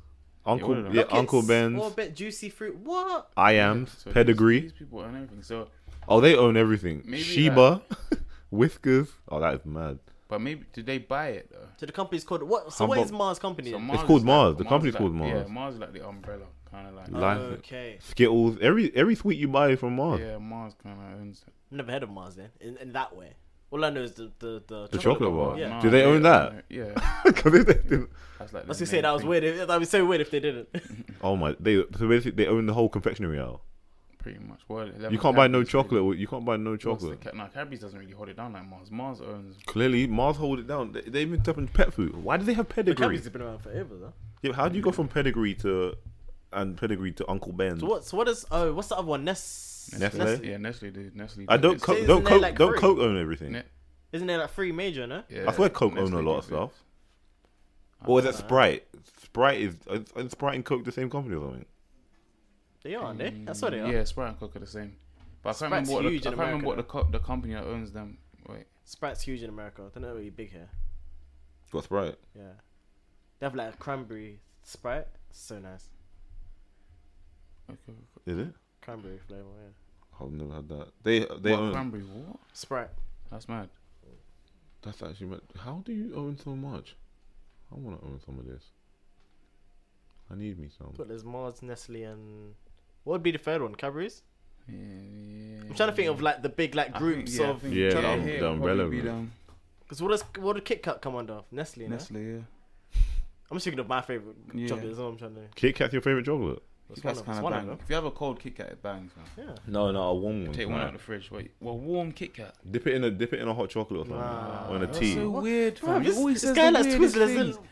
S1: one of
S2: Uncle,
S1: them.
S2: yeah,
S1: Look,
S2: Uncle Ben's.
S3: Or bit juicy fruit. What?
S2: I
S1: yeah,
S2: am
S1: so these-
S2: Pedigree.
S1: These, people own everything. So,
S2: Oh, they own everything.
S1: Maybe
S2: Sheba, Whiskers. Oh, that is mad.
S1: but maybe did they buy it though?
S3: So the company's called what? So what
S2: Humbug.
S3: is Mars company?
S1: So
S3: then?
S1: Mars
S2: called
S1: is
S2: Mars.
S1: Like,
S2: The company's
S1: is
S2: called
S1: like-
S2: Mars.
S1: Yeah, Mars is like the umbrella, kind of like.
S2: Like- Lion-
S3: okay.
S2: Skittles. Every every sweet you buy is from Mars.
S1: yeah, Mars kind of owns it.
S3: Never heard of Mars then. In, in that way. All I know is the the the,
S2: The chocolate bar.
S3: Yeah.
S2: Do they
S1: yeah,
S2: own that?
S1: Yeah,
S2: 'Cause if they didn't-
S1: that's like.
S3: I was gonna say that was weird. It- That was so weird if they didn't.
S2: oh my! They so basically they own the whole confectionery aisle.
S1: Pretty much. Well,
S2: You can't buy no chocolate. or- You can't buy no chocolate.
S1: No, Cadbury's doesn't really hold it down like Mars. Mars owns
S2: Clearly, Mars hold it down. They, they even tap into pet food. Why do they have
S3: the
S2: pedigree?
S3: company's been around forever though.
S2: Yeah, how do you go from pedigree to and pedigree to Uncle Ben?
S3: So what? So what is? Oh, what's the other one? Ness.
S2: Nestle?
S1: Yeah, Nestle do. Nestle.
S2: I
S1: do
S2: don't
S1: it.
S2: co-
S3: isn't
S2: don't
S3: there
S2: Coke
S3: like
S2: don't
S3: three?
S2: Coke own everything.
S1: Ne-
S3: Isn't there like three major? No.
S1: yeah,
S2: I swear Coke own a lot
S1: Nestle do
S2: of
S1: it.
S2: stuff. Or is that Sprite? Sprite is, is, is Sprite and Coke the same company or something?
S3: They are, aren't they? That's what they are.
S1: Mm, Yeah, Sprite and Coke are the same. But I can't
S3: Sprite's
S1: remember what, the, I
S3: huge in
S1: can't remember what the,
S3: America,
S1: co- the company that owns them. Wait,
S3: Sprite's huge in America. They're not really big here.
S2: Got Sprite.
S3: Yeah. They have like a cranberry Sprite. So nice.
S1: okay.
S2: Is it?
S3: Cranberry flavor, yeah.
S2: I've never had that. They they
S1: what,
S2: own.
S1: cranberry? What?
S3: Sprite.
S1: That's mad.
S2: That's actually mad. How do you own so much? I want to own some of this. I need me some.
S3: But there's Mars, Nestle, and what would be the third one? Cadbury's.
S1: Yeah, yeah.
S3: I'm trying to think of like the big like
S1: I think-
S3: groups
S1: yeah, I
S3: of
S1: think-
S2: Mm. Yeah, the-
S1: it
S2: the
S1: would probably
S2: umbrella
S1: be
S2: group.
S1: them.
S3: because what does what did Kit Kat come under? Nestle. no?
S1: Nestle, yeah.
S3: I'm just thinking of my favorite
S1: Yeah.
S3: chocolate. That's what I'm trying to.
S2: Kit Kat's your favorite chocolate?
S3: That's
S1: That's
S3: one of-
S1: kind
S3: it's one of
S1: of bang.
S3: them.
S1: If you have a cold Kit Kat, it bangs. Man.
S3: Yeah.
S2: No, no, a warm one.
S1: Take one out of the fridge. Wait, well, warm Kit Kat.
S2: Dip it in a dip it in a hot chocolate or something,
S3: Nah.
S2: or in a
S1: That's
S2: tea.
S1: so
S3: What?
S1: weird,
S3: Bro,
S1: fam.
S3: this,
S1: He always
S3: this
S1: says
S3: guy
S1: the
S3: likes
S1: weirdest
S3: Twizzlers.
S1: things.
S3: isn't-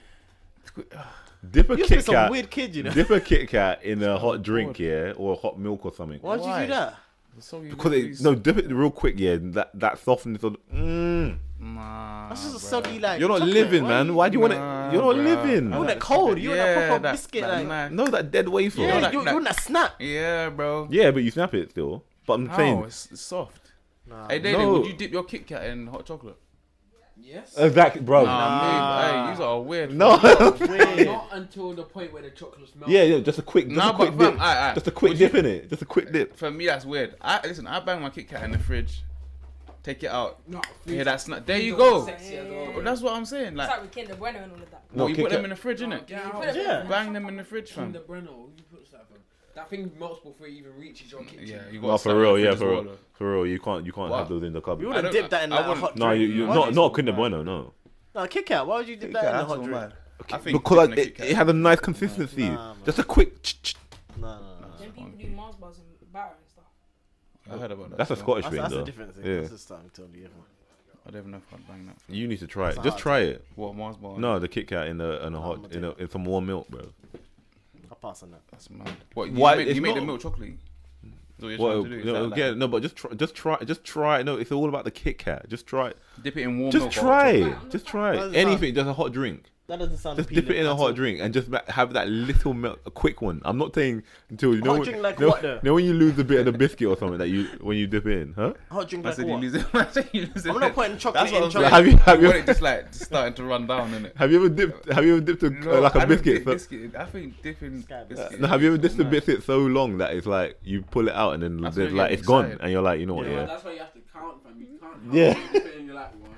S2: Dip a
S3: You're
S2: Kit
S3: supposed to be some
S2: Kat.
S3: weird kid, you know.
S2: Dip a Kit Kat in a hot
S1: God.
S2: drink, yeah, or hot milk or something.
S3: Why'd you
S1: Why?
S3: do that?
S1: So you
S2: Because
S1: lose-
S2: it no dip it real quick, yeah. and That that softness of mm.
S1: Nah,
S3: That's just a
S1: bruh.
S3: soggy like.
S2: You're not
S3: chocolate.
S2: living,
S3: Why
S2: man. Why do you want it?
S1: Nah,
S2: You're not
S1: bruh.
S2: living.
S1: I
S3: want
S1: like
S3: that cold,
S1: chocolate.
S3: you want that
S1: Yeah,
S3: proper biscuit, like-
S1: mad-
S2: No, that dead wafer.
S3: Yeah,
S1: You're
S3: you're,
S1: like-
S3: you're,
S1: like-
S3: on that snap.
S1: Yeah, bro.
S2: Yeah, but you snap it still. But I'm
S1: How?
S2: saying
S1: It's, it's soft.
S3: Nah,
S1: Hey, Daily,
S2: No.
S1: would you dip your Kit Kat in hot chocolate?
S4: Yes.
S2: exactly, bro.
S1: Nah, mate. Hey, you are weird.
S2: No.
S4: Not until the point where the chocolate smells.
S2: yeah, yeah. Just a quick, just
S1: Nah,
S2: a quick
S1: but fam,
S2: dip.
S1: aight, aight.
S2: Just a quick
S1: Would
S2: dip in it. Just a quick dip.
S1: For me, that's weird. I listen. I bang my Kit Kat in the fridge, take it out.
S4: No,
S1: Yeah, that's not. There
S4: food's
S1: you
S4: not
S1: go.
S4: Sexy at all.
S1: But that's what I'm saying.
S5: It's
S1: Like,
S5: like with Kinder Bueno and all of that.
S1: no,
S2: What,
S1: you
S2: Kit
S1: put them
S2: Kat?
S1: in the fridge,
S4: No,
S1: innit?
S4: get
S5: You
S4: out.
S5: put it
S3: Yeah.
S5: in-
S1: Bang them in the fridge,
S4: Kinder
S1: fam.
S4: Breno, you put that from. That thing melts before it even reaches your kitchen.
S1: Yeah, you got.
S2: No, for real. Yeah, for
S1: well,
S2: real. For real. You can't. You can't
S1: Wow.
S2: have those in the
S3: You
S2: cupboard.
S1: I
S3: wouldn't
S1: don't-
S3: dip that in
S1: I
S3: like, a
S1: wouldn't-
S3: hot
S2: No,
S3: drink.
S2: you. you
S1: Why
S2: not
S1: do
S2: not
S1: you-
S2: Kinder Bueno. No.
S3: No, Kit Kat. Why would you dip that in a hot drink?
S1: I think
S2: Because like,
S1: dipping a
S2: it,
S1: Kit Kat-
S2: it has a nice consistency.
S3: Nah, man.
S2: just a quick. Ch- ch-
S3: No, no, no.
S5: Then people do Mars bars and batter and stuff.
S1: I heard about that.
S2: that's a
S1: so
S2: Scottish
S3: That's,
S2: thing,
S3: that's
S2: though.
S3: a different thing.
S2: Yeah.
S3: That's just something totally different.
S1: I don't even know if I'd bang that.
S2: You need to try it.
S3: It's
S2: Just
S3: hard.
S2: try it.
S1: What Mars bar?
S2: No, the Kit Kat in a in a
S3: I'm
S2: hot
S3: gonna
S2: in a, in some warm milk, bro.
S3: I'll pass on that.
S1: that's mad. What you
S2: Why-
S1: make,
S2: it's
S1: you make the
S2: not-
S1: milk chocolate? So you're
S2: Well,
S1: trying to do? Is
S2: no,
S1: that like-
S2: again, no, but just try, just try, just try. it. No, it's all about the Kit Kat. Just try it.
S1: dip it in warm
S2: Just
S1: milk. or hot
S2: try
S1: chocolate?
S2: it. Just try
S3: That
S2: it.
S3: doesn't sound-
S2: Anything, just a hot drink.
S3: That doesn't sound
S2: Just
S3: appealing
S2: dip it in a
S3: at all.
S2: hot drink and just ma- have that little milk, a quick one. I'm not saying until you know.
S3: hot
S2: when-
S3: drink like
S2: know-
S3: what, though?
S2: know when you lose a bit of the biscuit or something that you when you dip in, huh?
S3: Hot drink
S1: I
S3: like
S1: said you
S3: what?
S1: lose it. I said you lose it.
S3: I'm not putting chocolate
S1: That's what
S3: in
S1: I'm
S3: chocolate.
S1: saying.
S2: Have you- have you-
S1: want it just like just starting to run down, innit?
S2: Have you ever dipped? Have you ever dipped a, uh, like
S1: I
S2: a
S1: don't
S2: biscuit?
S1: dip
S2: So,
S1: biscuit. I think dipping
S3: Sky blue.
S1: biscuit.
S2: no, have you ever dipped a
S1: Nah.
S2: biscuit so long that it's like you pull it out and then
S1: That's
S2: there's
S1: when you
S2: like
S1: get
S2: it's gone
S1: excited.
S2: and you're like, you know what,
S4: You know,
S2: yeah.
S4: That's why you have to count, fam. You can't. count.
S2: Yeah.
S4: And you're like, one.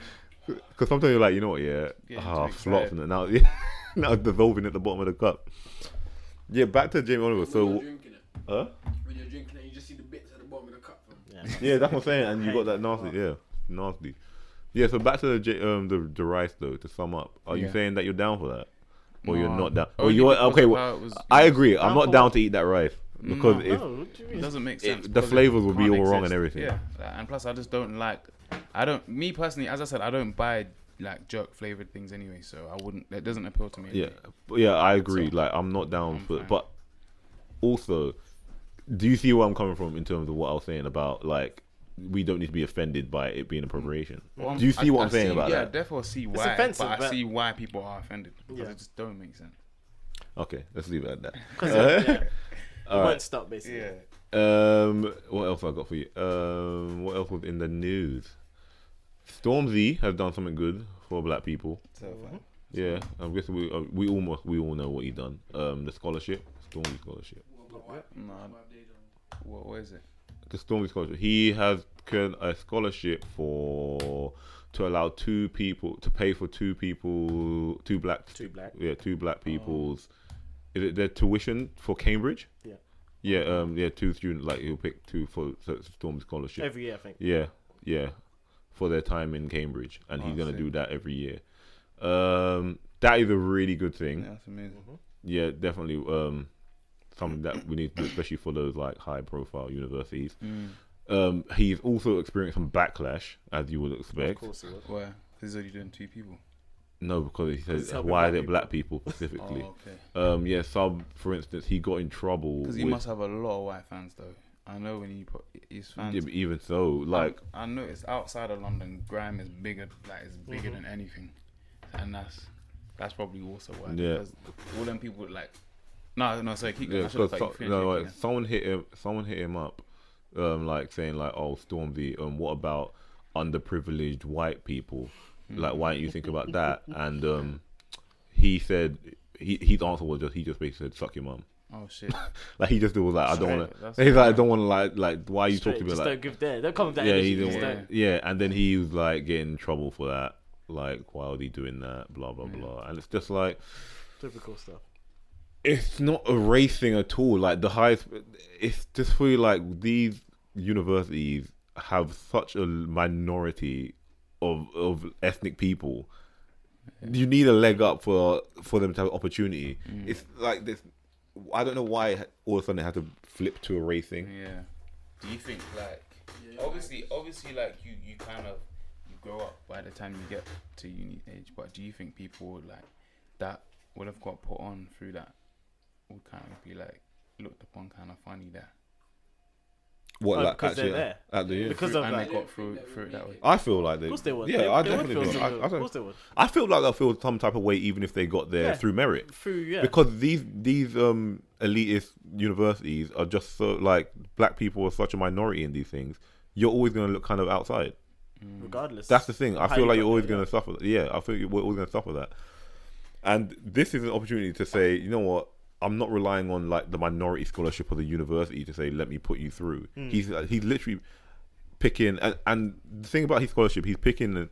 S2: Because sometimes you're like, you know what, yeah,
S1: Yeah,
S2: ah,
S1: too
S2: flops,
S1: excited.
S2: and now, yeah, now it's dissolving at the bottom of the cup. Yeah, back to Jamie Oliver.
S4: when
S2: Oh, So,
S4: you're drinking it,
S2: huh?
S4: when you're drinking it, you just see the bits at the bottom of the cup. Fam.
S3: Yeah.
S2: yeah, that's what I'm saying, and you got that nasty, yeah, nasty. Yeah, so back to the J- um the, the rice though. To sum up, are you
S1: Yeah.
S2: saying that you're down for that, or you're
S1: Nah. Oh,
S2: not down? Or
S1: Only
S2: you're
S1: because
S2: okay?
S1: of
S2: Well,
S1: how it was-
S2: I agree. I'm
S3: Down for
S2: not down
S3: what?
S2: to eat that rice because it's
S3: No, what do you
S1: It
S3: mean?
S1: doesn't make
S2: it-
S1: sense.
S2: the
S1: because it
S2: flavours will be
S1: can't
S2: all wrong and
S1: exist.
S2: everything.
S1: Yeah, like, and plus I just don't like. I don't. Me personally, as I said, I don't buy like jerk flavored things anyway. So I wouldn't. That doesn't appeal to me.
S2: yeah, but yeah, I agree.
S1: So,
S2: like, I'm not down
S1: I'm
S2: for,
S1: fine.
S2: but also, do you see where I'm coming from in terms of what I was saying about like we don't need to be offended by it being appropriation?
S1: Well,
S2: do you see
S1: I-
S2: what
S1: I
S2: I'm saying
S1: see-
S2: about
S1: yeah,
S2: that?
S1: I therefore see why.
S3: offensive,
S1: but I
S3: but-
S1: see why people are offended because
S3: Yeah.
S1: it just don't make sense.
S2: Okay, let's leave it at that.
S3: 'Cause, uh, yeah.
S2: All
S3: It
S2: right.
S3: won't stop basically.
S2: Um, what else I got for you? Um, what else was in the news? Stormzy has done something good for black people.
S1: So like,
S2: Yeah, I guess we uh, we almost we all know what he done. Um, the scholarship, Stormzy scholarship.
S4: What about white?
S1: no,
S4: What they don't-
S1: what, what is it?
S2: the Stormy scholarship. He has can a scholarship for to allow two people to pay for two people, two black,
S3: Two black. Oh.
S2: yeah, two black people's. Is it their tuition for Cambridge?
S3: Yeah.
S2: Yeah, um, yeah, two students like he'll pick two for so it's a Storm scholarship.
S3: Every year, I think.
S2: yeah, yeah, for their time in Cambridge, and
S1: Oh,
S2: he's
S1: I
S2: gonna
S1: see.
S2: do that every year. Um, that is a really good thing.
S1: Yeah, that's amazing.
S3: Mm-hmm.
S2: Yeah, definitely. Um, something that we need to do, especially for those like high profile universities. Um, he's also experienced some backlash, as you would
S3: Of
S2: expect.
S3: course it would.
S1: Why? Because already doing two people.
S2: No, because he
S3: it's
S2: says,
S3: helping
S2: why are
S3: black
S2: it black people specifically?
S1: Oh, okay.
S2: Um, yeah, some, for instance, he got in trouble.
S1: Because he
S2: with-
S1: must have a lot of white fans, though. I know when he put his fans.
S2: Yeah, but even so, like,
S1: I
S3: Mm-hmm.
S1: noticed outside of London, grime is bigger. Like it's bigger than anything, and that's That's probably also why.
S2: Yeah.
S1: because All them people like. No, no, sorry, keep going.
S2: Yeah,
S1: I should have
S2: because
S1: thought
S2: so,
S1: you finished.
S2: no,
S1: yeah,
S2: like, someone hit him. Someone hit him up, um, like saying like, "Oh, Stormzy, um, what about underprivileged white people?
S3: Hmm.
S2: Like, why don't you think about that?" And um, he said he his answer was just he just basically said, "Suck your mum."
S1: yeah. Oh shit.
S2: Like he just was like, "I
S1: Straight,
S2: don't want
S1: that's
S2: to." He's like, "I
S1: fine.
S2: don't want to like like why are you
S3: Straight,
S2: talking
S3: just
S2: about
S3: don't
S2: like
S3: give there. Don't come with that.
S2: yeah
S3: energy,
S2: he didn't
S3: just
S1: yeah.
S3: don't.
S2: want yeah." And then he was like getting in trouble for that. Like, why was he doing that? Blah blah
S3: Hmm.
S2: blah. And it's just like
S3: Typical stuff.
S2: it's not a race thing at all. Like the highest, it's just for you, like these universities have such a minority of of ethnic people. You need a leg up for for them to have opportunity.
S3: Mm.
S2: It's like this. I don't know why all of a sudden it had to flip to a race
S3: Mm.
S2: thing.
S1: Yeah. Do you think like obviously obviously like you you kind of you grow up by the time you get to uni age, but do you think people would like that would have got put on through that would kind of be like looked upon kind of funny that
S2: What
S3: Oh,
S2: like
S3: because they're
S2: actually uh,
S3: there.
S2: at the
S3: Because
S1: Through-
S3: of
S1: and
S3: that.
S1: they got through through it that way.
S2: I feel like they.
S3: Of course they would.
S2: Yeah,
S3: they,
S2: I
S3: they
S2: definitely
S3: would
S2: do.
S3: feel
S2: I,
S3: some-
S2: I,
S3: Of
S2: don't-
S3: course they would.
S2: I feel like they'll feel some type of way even if they got there
S3: Yeah.
S2: through merit.
S3: Through yeah.
S2: because these these um elitist universities are just so like black people are such a minority in these things. You're always going to look kind of outside.
S3: regardless.
S2: That's the thing. I
S3: How
S2: feel
S3: you
S2: like
S3: got
S2: you're always
S3: there,
S2: going to suffer. Yeah, I feel we're always going to suffer that. And this is an opportunity to say, you know what? I'm not relying on like the minority scholarship or the university to say, let me put you through. He's like, he's literally picking, and, and the thing about his scholarship, he's picking.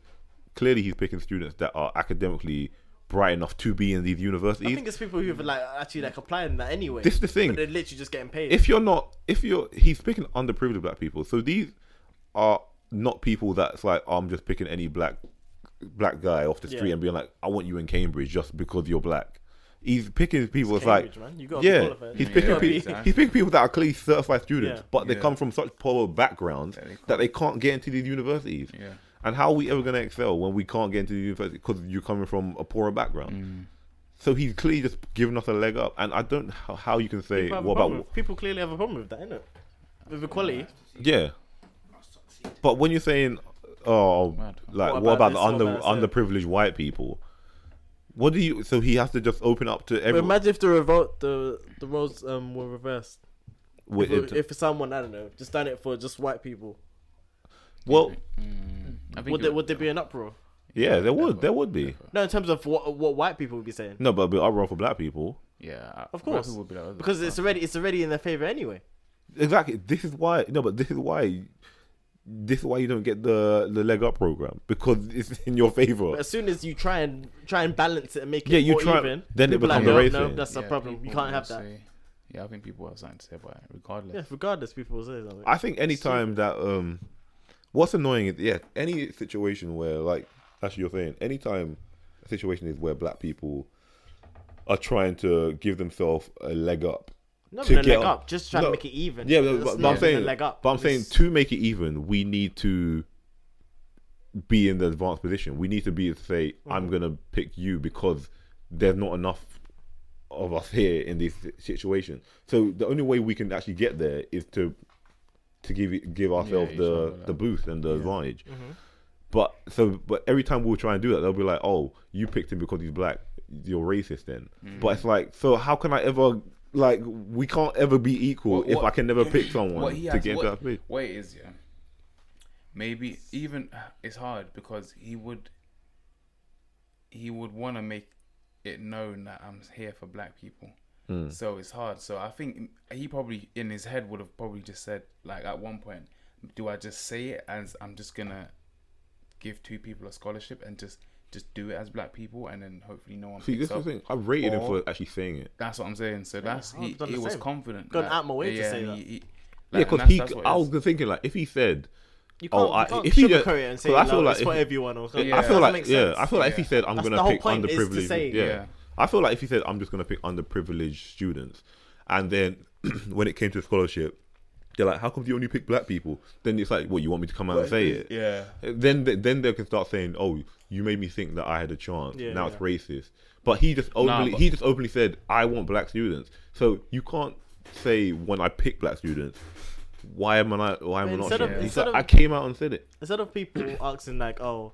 S2: Clearly, he's picking students that are academically bright enough to be in these universities.
S3: I think it's people who've like actually like applying that anyway.
S2: This is the thing.
S3: But they're literally just getting paid.
S2: if you're not if you're he's picking underprivileged black people so these are not people that's like "Oh, i'm just picking any black black guy off the street
S3: Yeah.
S2: and being like i want you in cambridge just because you're black he's picking people it's like
S3: Cambridge, man. You gotta be
S2: yeah
S3: qualified.
S2: he's
S3: You
S2: picking
S3: gotta
S2: people
S3: be-
S2: he's picking people that are clearly certified students
S3: Yeah.
S2: but they
S1: Yeah.
S2: come from such poor backgrounds
S1: That they
S2: that they can't get into these universities
S1: Yeah.
S2: and how are we ever going to excel when we can't get into the university because you're coming from a poorer background
S1: Mm.
S2: so he's clearly just giving us a leg up and i don't know how, how you can say
S3: people have a
S2: what
S3: problem
S2: about
S3: with- people clearly have a problem with that, innit? With equality.
S2: yeah
S4: I succeed.
S2: But when you're saying, oh,
S1: Mad.
S2: like
S3: What
S2: what about,
S3: about this?
S2: the
S3: What
S2: under
S3: about that?
S2: underprivileged white people? What do you? So he has to just open up to
S3: But
S2: everyone.
S3: imagine if the revolt the the roles um were reversed.
S2: with
S3: If,
S2: it.
S3: if someone, I don't know, just done it for just white people.
S2: well,
S1: Mm, I think
S3: Would
S1: it
S3: there would there be an uproar?
S2: yeah, there would, there would be.
S1: Definitely.
S3: No, in terms of what what white people would be saying.
S2: No, but I'll run for black people.
S1: Yeah. I-
S3: Of course.
S1: people would be like, "Oh,
S3: Because it's
S1: fuck."
S3: already it's already in their favour anyway.
S2: Exactly. This is why. No, but this is why. This is why you don't get the the leg up program because it's in your
S3: But
S2: favor.
S3: as soon as you try and try and balance it and make it
S2: Yeah, you
S3: more
S2: try-
S3: even,
S2: then it
S3: people are
S2: becomes a
S3: like,
S2: race
S3: no, no,
S2: thing.
S3: that's a
S1: Yeah,
S3: problem. You
S1: people
S3: can't have
S1: will
S3: that.
S1: say- yeah, I think people have something to say about it, regardless.
S3: Yeah, regardless, people will say something.
S2: I think any time that um, what's annoying is yeah, any situation where like that's you're saying, any time a situation is where black people are trying to give themselves a leg up.
S3: Not
S2: to
S3: even a
S2: get
S3: leg
S2: up.
S3: up, just try
S2: No.
S3: to make it even.
S2: Yeah,
S3: That's
S2: but, but,
S3: not
S2: I'm
S3: even
S2: saying,
S3: a leg up.
S2: but I'm saying
S3: It's-
S2: to make it even, we need to be in the advanced position. We need to be able to say,
S3: Mm-hmm.
S2: I'm gonna pick you because there's not enough of us here in this situation. So the only way we can actually get there is to to give it- give ourselves
S1: each other,
S2: the
S1: like-
S2: the boost and the advantage. But so but every time we'll try and do that, they'll be like, "Oh, you picked him because he's black. You're racist." Then,
S1: Mm.
S2: but it's like, so how can I ever like we can't ever be equal
S1: What-
S2: if
S1: what-
S2: I can never pick someone
S1: what he
S2: to
S1: has,
S2: get into
S1: what,
S2: that space?
S1: what it is, yeah. Maybe even it's hard because he would he would want to make it known that I'm here for black people.
S2: Hmm.
S1: So it's hard. So I think he probably in his head would have probably just said like at one point, do I just say it as I'm just gonna give two people a scholarship and just just do it as black people and then hopefully no one.
S2: See,
S1: picks
S2: this is
S1: up.
S2: the thing. I rated him
S1: Or-
S2: for actually saying it.
S1: That's what I'm saying. So that's
S3: I would've
S1: he.
S3: done
S1: He
S3: the
S1: was
S3: same.
S1: confident.
S3: Gone
S1: that-
S3: out my way to say
S1: and
S3: that.
S1: he-
S2: Yeah,
S1: like, and
S2: because
S1: that's-
S2: he,
S1: that's what it
S2: I
S1: is.
S2: was thinking like, if he said,
S3: You can't,
S2: Oh,
S3: you
S2: I-
S3: can't
S2: if you
S3: sugarcoat
S2: just-
S3: it and say
S2: well, I feel
S3: "No,
S2: like
S3: it's
S2: if
S3: for
S2: you-
S3: everyone. Or something.
S1: Yeah.
S2: I feel
S3: Doesn't
S2: like
S3: make
S2: yeah,
S3: sense.
S2: I feel like if he
S1: Yeah.
S2: said I'm
S3: That's
S2: gonna
S3: the whole
S2: pick
S3: point, is to
S2: underprivileged,
S3: say-
S2: yeah.
S1: Yeah.
S2: I feel like if he said I'm just gonna pick underprivileged students, and then when it came to scholarship, they're like, how come you only pick black people? Then it's like, what you want me to come out and say it?
S1: Yeah.
S2: Then they, then they can start saying, oh, you made me think that I had a chance.
S3: Yeah,
S2: now
S3: yeah.
S2: it's racist. But he just openly
S1: but-
S2: he just openly said I want black students. So you can't say when I pick black students. Why am I not? Why am I
S3: But
S2: not?
S3: instead
S2: sure?
S3: of-
S2: He's
S3: instead
S2: like,
S3: of-
S2: I came out and said it.
S3: Instead of people asking like, "Oh,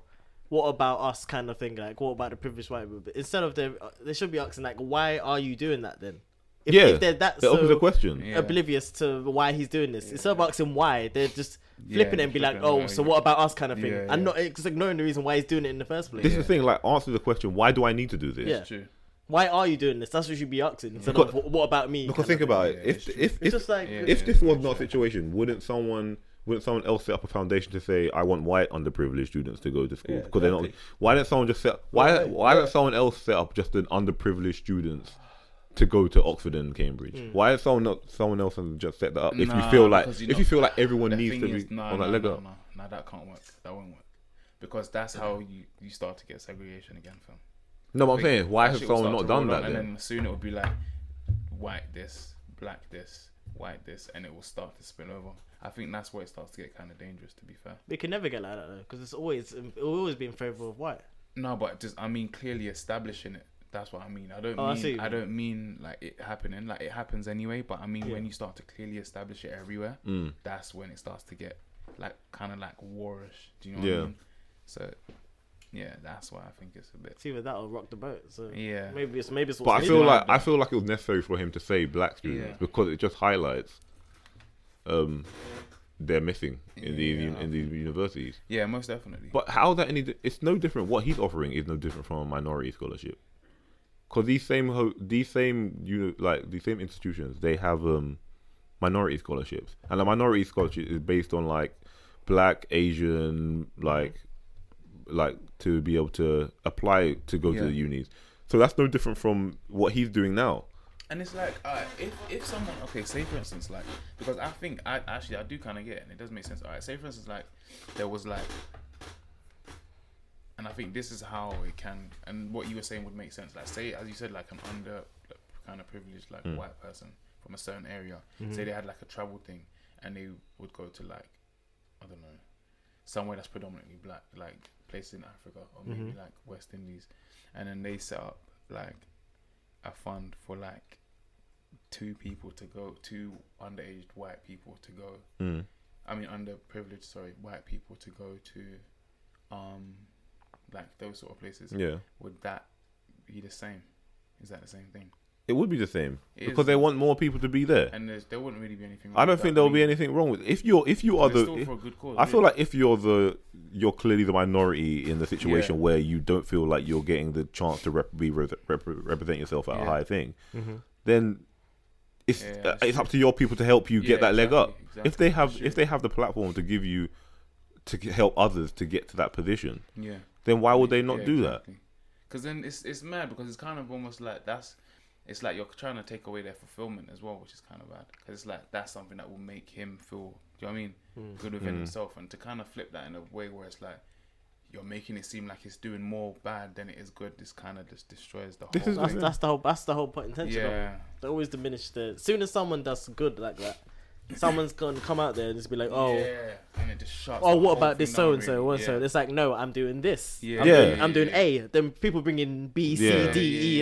S3: what about us kind of thing. Like, what about the privileged white people? But instead of them, uh, they should be asking like, why are you doing that then? If,
S2: yeah,
S3: if they're that
S2: it opens
S3: so
S2: a question.
S1: Yeah.
S3: oblivious to why he's doing this, instead of asking why, they're just
S1: Yeah,
S3: flipping it and be like,
S1: flipping it
S3: oh,
S1: and
S3: so
S1: like-
S3: what about us kind of thing,
S1: Yeah,
S3: and
S1: yeah.
S3: not just ignoring the reason why he's doing it in the first place.
S2: This is the thing. Like, answer the question: Why do I need to do this?
S3: Yeah.
S1: True.
S3: Why are you doing this? That's what you should be asking. Instead
S2: Because-
S3: of "Wh- what about me?
S2: Because
S3: kind
S2: think
S3: of
S2: about
S1: yeah,
S2: it.
S1: it's
S2: If
S1: true.
S2: if
S3: thing.
S2: if,
S3: it's just like
S1: Yeah.
S2: if this was not a situation, wouldn't someone wouldn't someone else set up a foundation to say I want white underprivileged students to go to school
S3: Yeah,
S2: because they're not? Why didn't someone just set? Why why didn't someone else set up just an underprivileged students? To go to Oxford and Cambridge, why is someone not someone else and just set that up? If you
S1: Nah,
S2: feel like
S1: because you
S2: if
S1: know-
S2: you feel like everyone
S1: The
S2: needs
S1: thing
S2: to be
S1: is, no,
S2: on
S1: no,
S2: that leg
S1: no,
S2: up,
S1: no, no, that can't work. That won't work because that's how you you start to get segregation again, fam.
S2: no, but I'm
S1: Like,
S2: saying why
S1: that
S2: has
S1: shit will
S2: someone
S1: start
S2: not
S1: to
S2: done
S1: roll on,
S2: that then?
S1: And then soon it will be like white this, black this, white this, and it will start to spill over. I think that's where it starts to get kind of dangerous. To be fair,
S3: It can never get like that though, because it's always it'll always be in favor of white.
S1: no, but just I mean clearly establishing it. That's what I mean. I don't
S3: Oh, I see what
S1: mean
S3: you
S1: I, don't mean like it happening. Like it happens anyway. But I mean
S3: Yeah.
S1: when you start to clearly establish it everywhere,
S2: Mm.
S1: that's when it starts to get like kind of like warish. Do you know what
S2: Yeah.
S1: I mean? So yeah, that's why I think it's a bit.
S3: It's either that or rock the boat. So
S1: Yeah.
S3: maybe it's maybe it's.
S2: But I
S3: what's
S2: feel
S3: needed.
S2: like I feel like it was necessary for him to say black students
S1: Yeah.
S2: because it just highlights um they're missing in these
S1: Yeah.
S2: in these universities.
S1: Yeah, most definitely.
S2: But how is that any? It's no different. What he's offering is no different from a minority scholarship. Because these same ho- these same you like these same institutions they have um minority scholarships and a minority scholarship is based on like black Asian like like to be able to apply to go to
S1: Yeah.
S2: the unis. So that's no different from what he's doing now.
S1: And it's like, uh, if if someone, okay, say for instance, like, because I think I actually I do kind of get it, and it does make sense. All right, say for instance, like, there was like, and I think this is how it can, and what you were saying would make sense. Like, say as you said, like an under kind of privileged
S2: Mm.
S1: like white person from a certain area,
S2: Mm-hmm.
S1: say they had like a travel thing, and they would go to like, I don't know, somewhere that's predominantly black, like places in Africa or maybe
S2: Mm-hmm.
S1: like West Indies, and then they set up like a fund for like two people to go, two underage white people to go.
S2: Mm.
S1: I mean, underprivileged, sorry, white people to go to, um, like those sort of places.
S2: Yeah,
S1: Would that be the same? Is that the same thing?
S2: it would be the same
S1: It is.
S2: because they want more people to be there.
S1: And there's, there wouldn't really be anything.
S2: I don't think there will be anything wrong with if you're if you are the
S1: still for a good cause.
S2: I feel
S1: really.
S2: like if you're the you're clearly the minority in the situation
S1: Yeah.
S2: where you don't feel like you're getting the chance to rep- be re- rep- represent yourself at a
S1: Yeah. Mm-hmm.
S2: high thing, then it's
S1: Yeah,
S2: uh,
S1: that's
S2: it's up to your people to help you get
S1: Yeah,
S2: that leg up.
S1: exactly, exactly,
S2: If they have
S1: sure.
S2: if they have the platform to give you to g- help others to get to that position,
S1: yeah.
S2: then why would they not do
S1: Because then it's it's mad because it's kind of almost like that's it's like you're trying to take away their fulfillment as well, which is kind of bad. Because it's like that's something that will make him feel, do you know what I mean,
S3: Hmm.
S1: good
S2: Hmm.
S1: within himself, and to kind of flip that in a way where it's like you're making it seem like it's doing more bad than it is good. This kind of just destroys the
S2: This
S1: whole.
S2: is-
S3: that's,
S1: thing.
S3: that's the whole that's the whole point intention. of it.
S1: yeah,
S3: They always diminish the. Soon as someone does good like that, someone's gonna come out there and just be like, oh.
S1: yeah. and it just shuts.
S3: Oh,
S1: the
S3: what
S1: whole
S3: about this
S1: thing
S3: so
S1: down,
S3: and so,
S1: really.
S3: what so?
S1: Yeah.
S3: It's like, no, I'm doing this.
S1: Yeah.
S3: I'm
S2: Yeah.
S3: doing, I'm doing A. Then people bring in B, C, D, E.
S2: Yeah.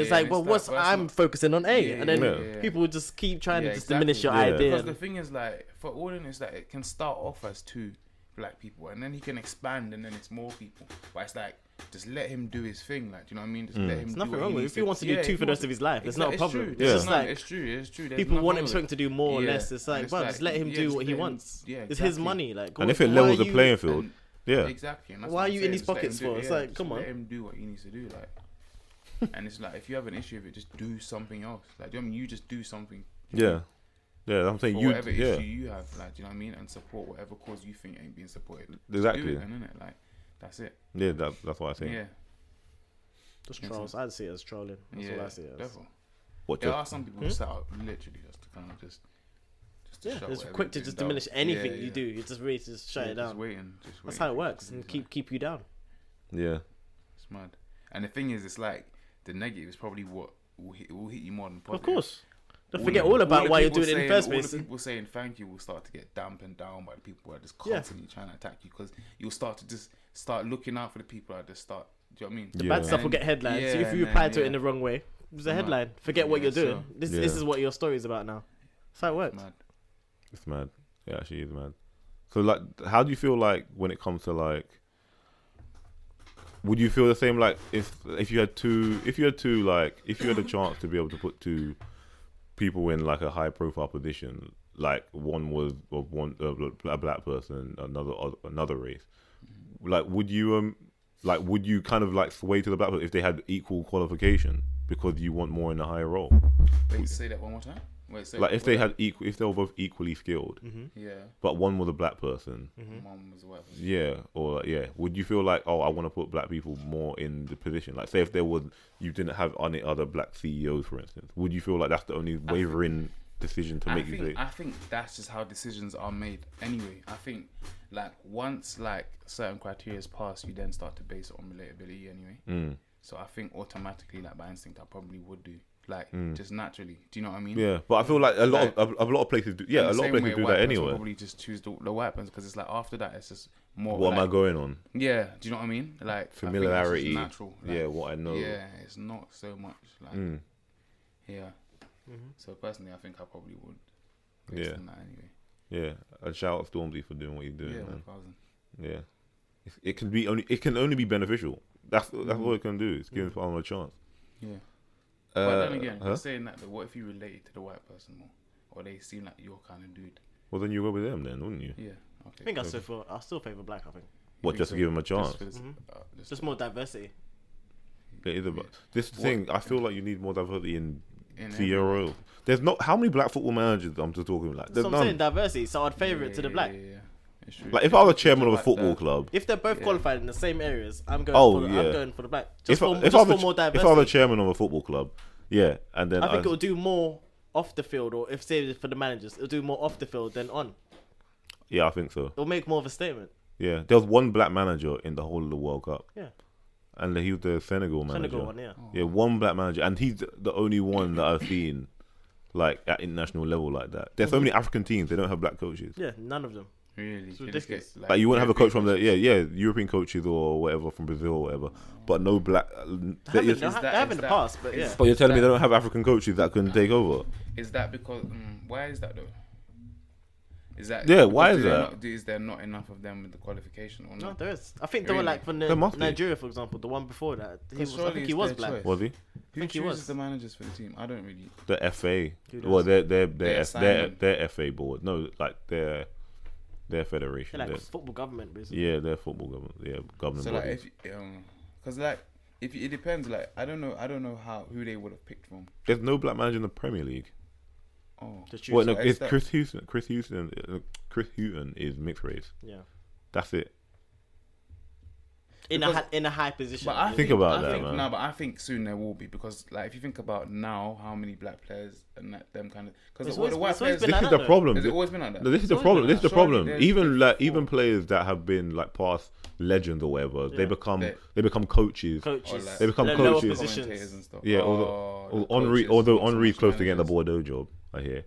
S3: It's
S1: Yeah,
S3: like,
S1: yeah,
S3: well,
S1: it's
S3: what's
S1: that
S3: I'm
S1: personal-
S3: focusing on A,
S1: Yeah,
S3: and then
S2: yeah,
S1: yeah.
S3: people just keep trying
S1: Yeah,
S3: to just diminish your
S1: exactly.
S2: Yeah.
S3: idea.
S1: Because the thing is, like, for Auden, is that it can start off as two black people, and then he can expand, and then it's more people. But it's like, just let him do his thing, like, do you know what I mean? Just
S2: Mm.
S1: let him.
S3: There's
S1: do
S3: nothing
S1: what
S3: wrong with it.
S1: needs
S3: If he wants to do
S1: Yeah,
S3: two
S1: if
S3: for
S1: he
S3: the rest
S1: wants-
S3: of his life, it's not a
S1: Exactly,
S3: problem.
S1: It's
S3: It's
S1: true.
S3: just
S1: It's not-
S3: like
S1: it's true. It's true. There's
S3: people
S1: nothing
S3: want
S1: wrong
S3: him
S1: with
S3: something
S1: it.
S3: to do more or
S1: Yeah.
S3: less. It's
S1: And
S3: like, bro, just let him
S1: yeah,
S3: do
S1: just
S3: what he
S1: let him-
S3: wants.
S1: Yeah,
S3: It's his
S1: exactly.
S3: money. Like,
S2: that? And
S3: wh-
S2: if it
S3: why
S2: levels
S3: are
S2: the
S3: you-
S2: playing field,
S1: And-
S2: yeah,
S1: Exactly. and that's
S3: Why
S1: what
S3: are
S1: I'm
S3: you in
S1: saying,
S3: these
S1: just let him
S3: pockets
S1: do it,
S3: for? It's
S1: yeah,
S3: like,
S1: just
S3: come on.
S1: Let him do what he needs to do, like. and it's like if you have an issue with it, just do something else. Like, do you know what I mean? You just do something
S2: yeah, yeah. I'm saying
S1: for
S2: you,
S1: whatever
S2: yeah,
S1: issue you have, like, do you know what I mean? And support whatever cause you think ain't being supported. Just Do
S2: exactly,
S1: it, then, innit? Like, that's it.
S2: yeah. That, that's what I think.
S1: Yeah.
S3: Just
S1: Yes,
S3: trolls. I'd see it as trolling. That's
S1: yeah.
S3: all I see it as.
S1: devil.
S2: What
S1: There
S2: just
S1: are some people who set out literally just to kind of just. just to
S3: Yeah,
S1: shut
S3: it's
S1: whatever
S3: quick
S1: you're
S3: to
S1: doing
S3: just
S1: down.
S3: diminish anything
S1: Yeah,
S3: you
S1: yeah.
S3: do. You're just ready to just shut
S1: Yeah,
S3: it
S1: Just
S3: down.
S1: waiting. Just waiting.
S3: That's how it works,
S1: It's
S3: and
S1: like-
S3: keep keep you down.
S2: yeah.
S1: It's mad. And the thing is, it's like the negative is probably what will hit, will hit you more than
S3: Of
S1: positive.
S3: course. Don't
S1: the-
S3: forget all
S1: the
S3: about why you're
S1: people
S3: doing it
S1: saying-
S3: in the first
S1: all
S3: place.
S1: the people saying thank you will start to get dampened down by the people who are just
S3: Yeah.
S1: constantly trying to attack you because you'll start to just start looking out for the people that just start. Do you know what I mean?
S2: The Yeah.
S3: Bad stuff will
S1: And-
S3: get headlines. so
S1: yeah,
S3: if you
S1: and
S3: reply
S1: then,
S3: to it
S1: yeah.
S3: in the wrong way, it's a
S1: Mad.
S3: headline. Forget what
S1: Yeah,
S3: you're doing.
S1: so-
S3: This
S2: Yeah.
S3: this is what your story's about now. That's how it works.
S1: Mad.
S2: It's mad. Yeah, she is mad. So like, how do you feel like when it comes to like would you feel the same like if if you had two if you had two like if you had a chance to be able to put two people in like a high profile position like one was of one uh, bl- a black person and another oth- another race like would you um like would you kind of like sway to the black person if they had equal qualification because you want more in a higher role
S1: Wait, say that one more time. Wait, say
S2: like if they had equal if they were both equally skilled
S1: yeah,
S2: but one was a black person
S1: mom was white.
S2: yeah, or like, yeah, would you feel like oh, I want to put black people more in the position? Like, say if there was you didn't have any other black CEOs, for instance, would you feel like that's the only wavering decision to
S1: I
S2: make
S1: think,
S2: you say?
S1: I think that's just how decisions are made. Anyway, I think like once like certain criteria is passed, you then start to base it on relatability. Anyway,
S2: Mm.
S1: so I think automatically, like by instinct, I probably would do like just naturally. Do you know what I mean?
S2: Mm. Yeah, but I feel like a lot of a, a lot of places do.
S1: In
S2: Yeah, a
S1: the
S2: lot
S1: same
S2: of places
S1: way,
S2: do
S1: white
S2: that
S1: person
S2: anyway.
S1: Probably just choose the, the white ones because it's like after that, it's just more.
S2: What am I
S1: like-
S2: going on?
S1: Yeah, do you know what I mean? Like I think it's just
S2: Familiarity.
S1: natural. like,
S2: yeah, what I know.
S1: Yeah, it's not so much like
S2: Mm.
S1: yeah. So personally, I think I probably would.
S2: Yeah.
S1: Based on that anyway.
S2: Yeah, and shout out Stormzy for doing what you're doing,
S1: Yeah,
S2: man.
S1: 1000.
S2: Yeah, it, it can be only it can only be beneficial. That's that's
S1: Mm-hmm.
S2: all it can do. It's giving someone a chance.
S1: Yeah.
S2: Uh,
S1: but then again,
S2: huh?
S1: you're saying that, but what if you related to the white person more, or they seem like your kind of dude?
S2: well then you go with them then, wouldn't you?
S1: Yeah.
S3: I
S1: Okay.
S3: think I still feel, I still favor black. I think Mm-hmm.
S2: What
S1: think
S2: just
S1: so.
S2: to give them a chance?
S1: Just for this- uh, just
S3: just
S1: for-
S3: more diversity.
S2: It is about this
S1: What-
S2: thing. I feel like you need more diversity in
S1: in
S2: Sierra
S1: every-
S2: Royal. There's not how many black football managers I'm just talking like.
S3: That's
S2: There's
S3: what I'm
S2: none.
S3: saying diversity. So I'd favor it to the
S1: Yeah,
S3: black.
S1: Yeah, yeah, yeah. It's true.
S2: Like if I was chairman of a
S1: Like
S2: football
S1: that.
S2: club,
S3: If they're both
S1: Yeah.
S3: qualified in the same areas, I'm going.
S2: Oh,
S3: for,
S2: yeah.
S3: I'm going for the black.
S2: if
S3: Just for,
S2: I, if,
S3: just
S2: I
S3: for
S2: was,
S3: more
S2: a ch-
S3: diversity.
S2: if I was a chairman of a football club, yeah, and then
S3: I think
S2: I,
S3: it'll do more off the field, or if say for the managers, it'll do more off the field than on.
S2: yeah, I think so.
S3: It'll make more of a statement.
S2: Yeah, there was one black manager in the whole of the World Cup,
S3: Yeah,
S2: and he was the Senegal manager.
S3: Senegal one. Yeah,
S2: Yeah, one black manager, and he's the only one that I've seen like at international level like that. There's so many African teams; they don't have black coaches.
S3: yeah, none of them.
S1: Really? It's
S3: ridiculous.
S2: Like you wouldn't have a coach from the yeah yeah European coaches or whatever from Brazil or whatever, but no black. uh,
S3: They haven't,
S1: is
S3: they ha-
S1: that-
S3: they have
S1: is
S3: in the
S1: that-
S3: past, but yeah.
S1: is-
S2: but you're telling me they don't have African coaches that can take over.
S1: Is that because? Mm, why is that though? Is that
S2: Yeah, why
S1: because
S2: is
S1: they're
S2: that?
S1: Not, is there not enough of them with the qualification or
S3: No,
S1: not?
S3: there is. I think they were
S1: Really?
S3: like for
S2: There
S3: Ni-
S2: must be.
S3: Nigeria, for example, the one before that. He was, I
S1: surely
S3: think he
S1: it's
S3: was
S1: their
S3: black.
S1: choice.
S2: Was he
S1: Who
S3: think he
S1: chooses
S3: was.
S1: the managers for the team? I don't really.
S2: the FA?
S3: Who does?
S2: Well, their their their
S1: Their
S2: F- their,
S1: assignment.
S2: their FA board. No, like their their federation.
S3: They're like
S2: their-
S3: a football government, basically.
S2: yeah, their football government. Yeah, governing
S1: So like,
S2: body.
S1: if because like, if you, it depends. Like, I don't know. I don't know how who they would have picked from.
S2: There's no black manager in the Premier League.
S1: Oh,
S3: To choose.
S2: Well, no,
S1: so
S2: it's
S1: that-
S2: Chris Houston. Chris Houston. uh, Chris Houghton is mixed race.
S3: Yeah.
S2: That's it.
S3: In a
S1: Because-
S3: hi- in a high position.
S1: But I
S3: yeah.
S2: Think about
S1: I
S2: that,
S1: think,
S2: man.
S1: No, but I think soon there will be because, like, if you think about now, how many black players and that, them kind of because
S3: It's
S1: the, the
S3: always-
S1: white
S3: it's always
S1: players
S3: been
S2: This
S3: like
S2: is
S3: that,
S2: the
S3: though.
S2: problem.
S1: has
S2: Th-
S1: it always been like that?
S2: No, this is the
S3: always
S2: problem.
S3: been
S2: This is the
S1: like that.
S2: problem.
S1: Surely
S2: Even
S1: there's-
S2: like even players that have been like past legends or whatever, they
S3: Yeah.
S2: become
S1: They-
S2: they become coaches.
S1: Or,
S3: coaches.
S1: like,
S2: They become
S3: lower
S2: coaches.
S1: commentators
S3: positions.
S1: and stuff.
S2: Yeah,
S1: oh,
S2: although
S1: the
S2: Henri,
S1: coaches,
S2: although
S1: not so
S2: Henri's
S1: much
S2: close to getting the
S1: managers.
S2: Bordeaux job, I hear,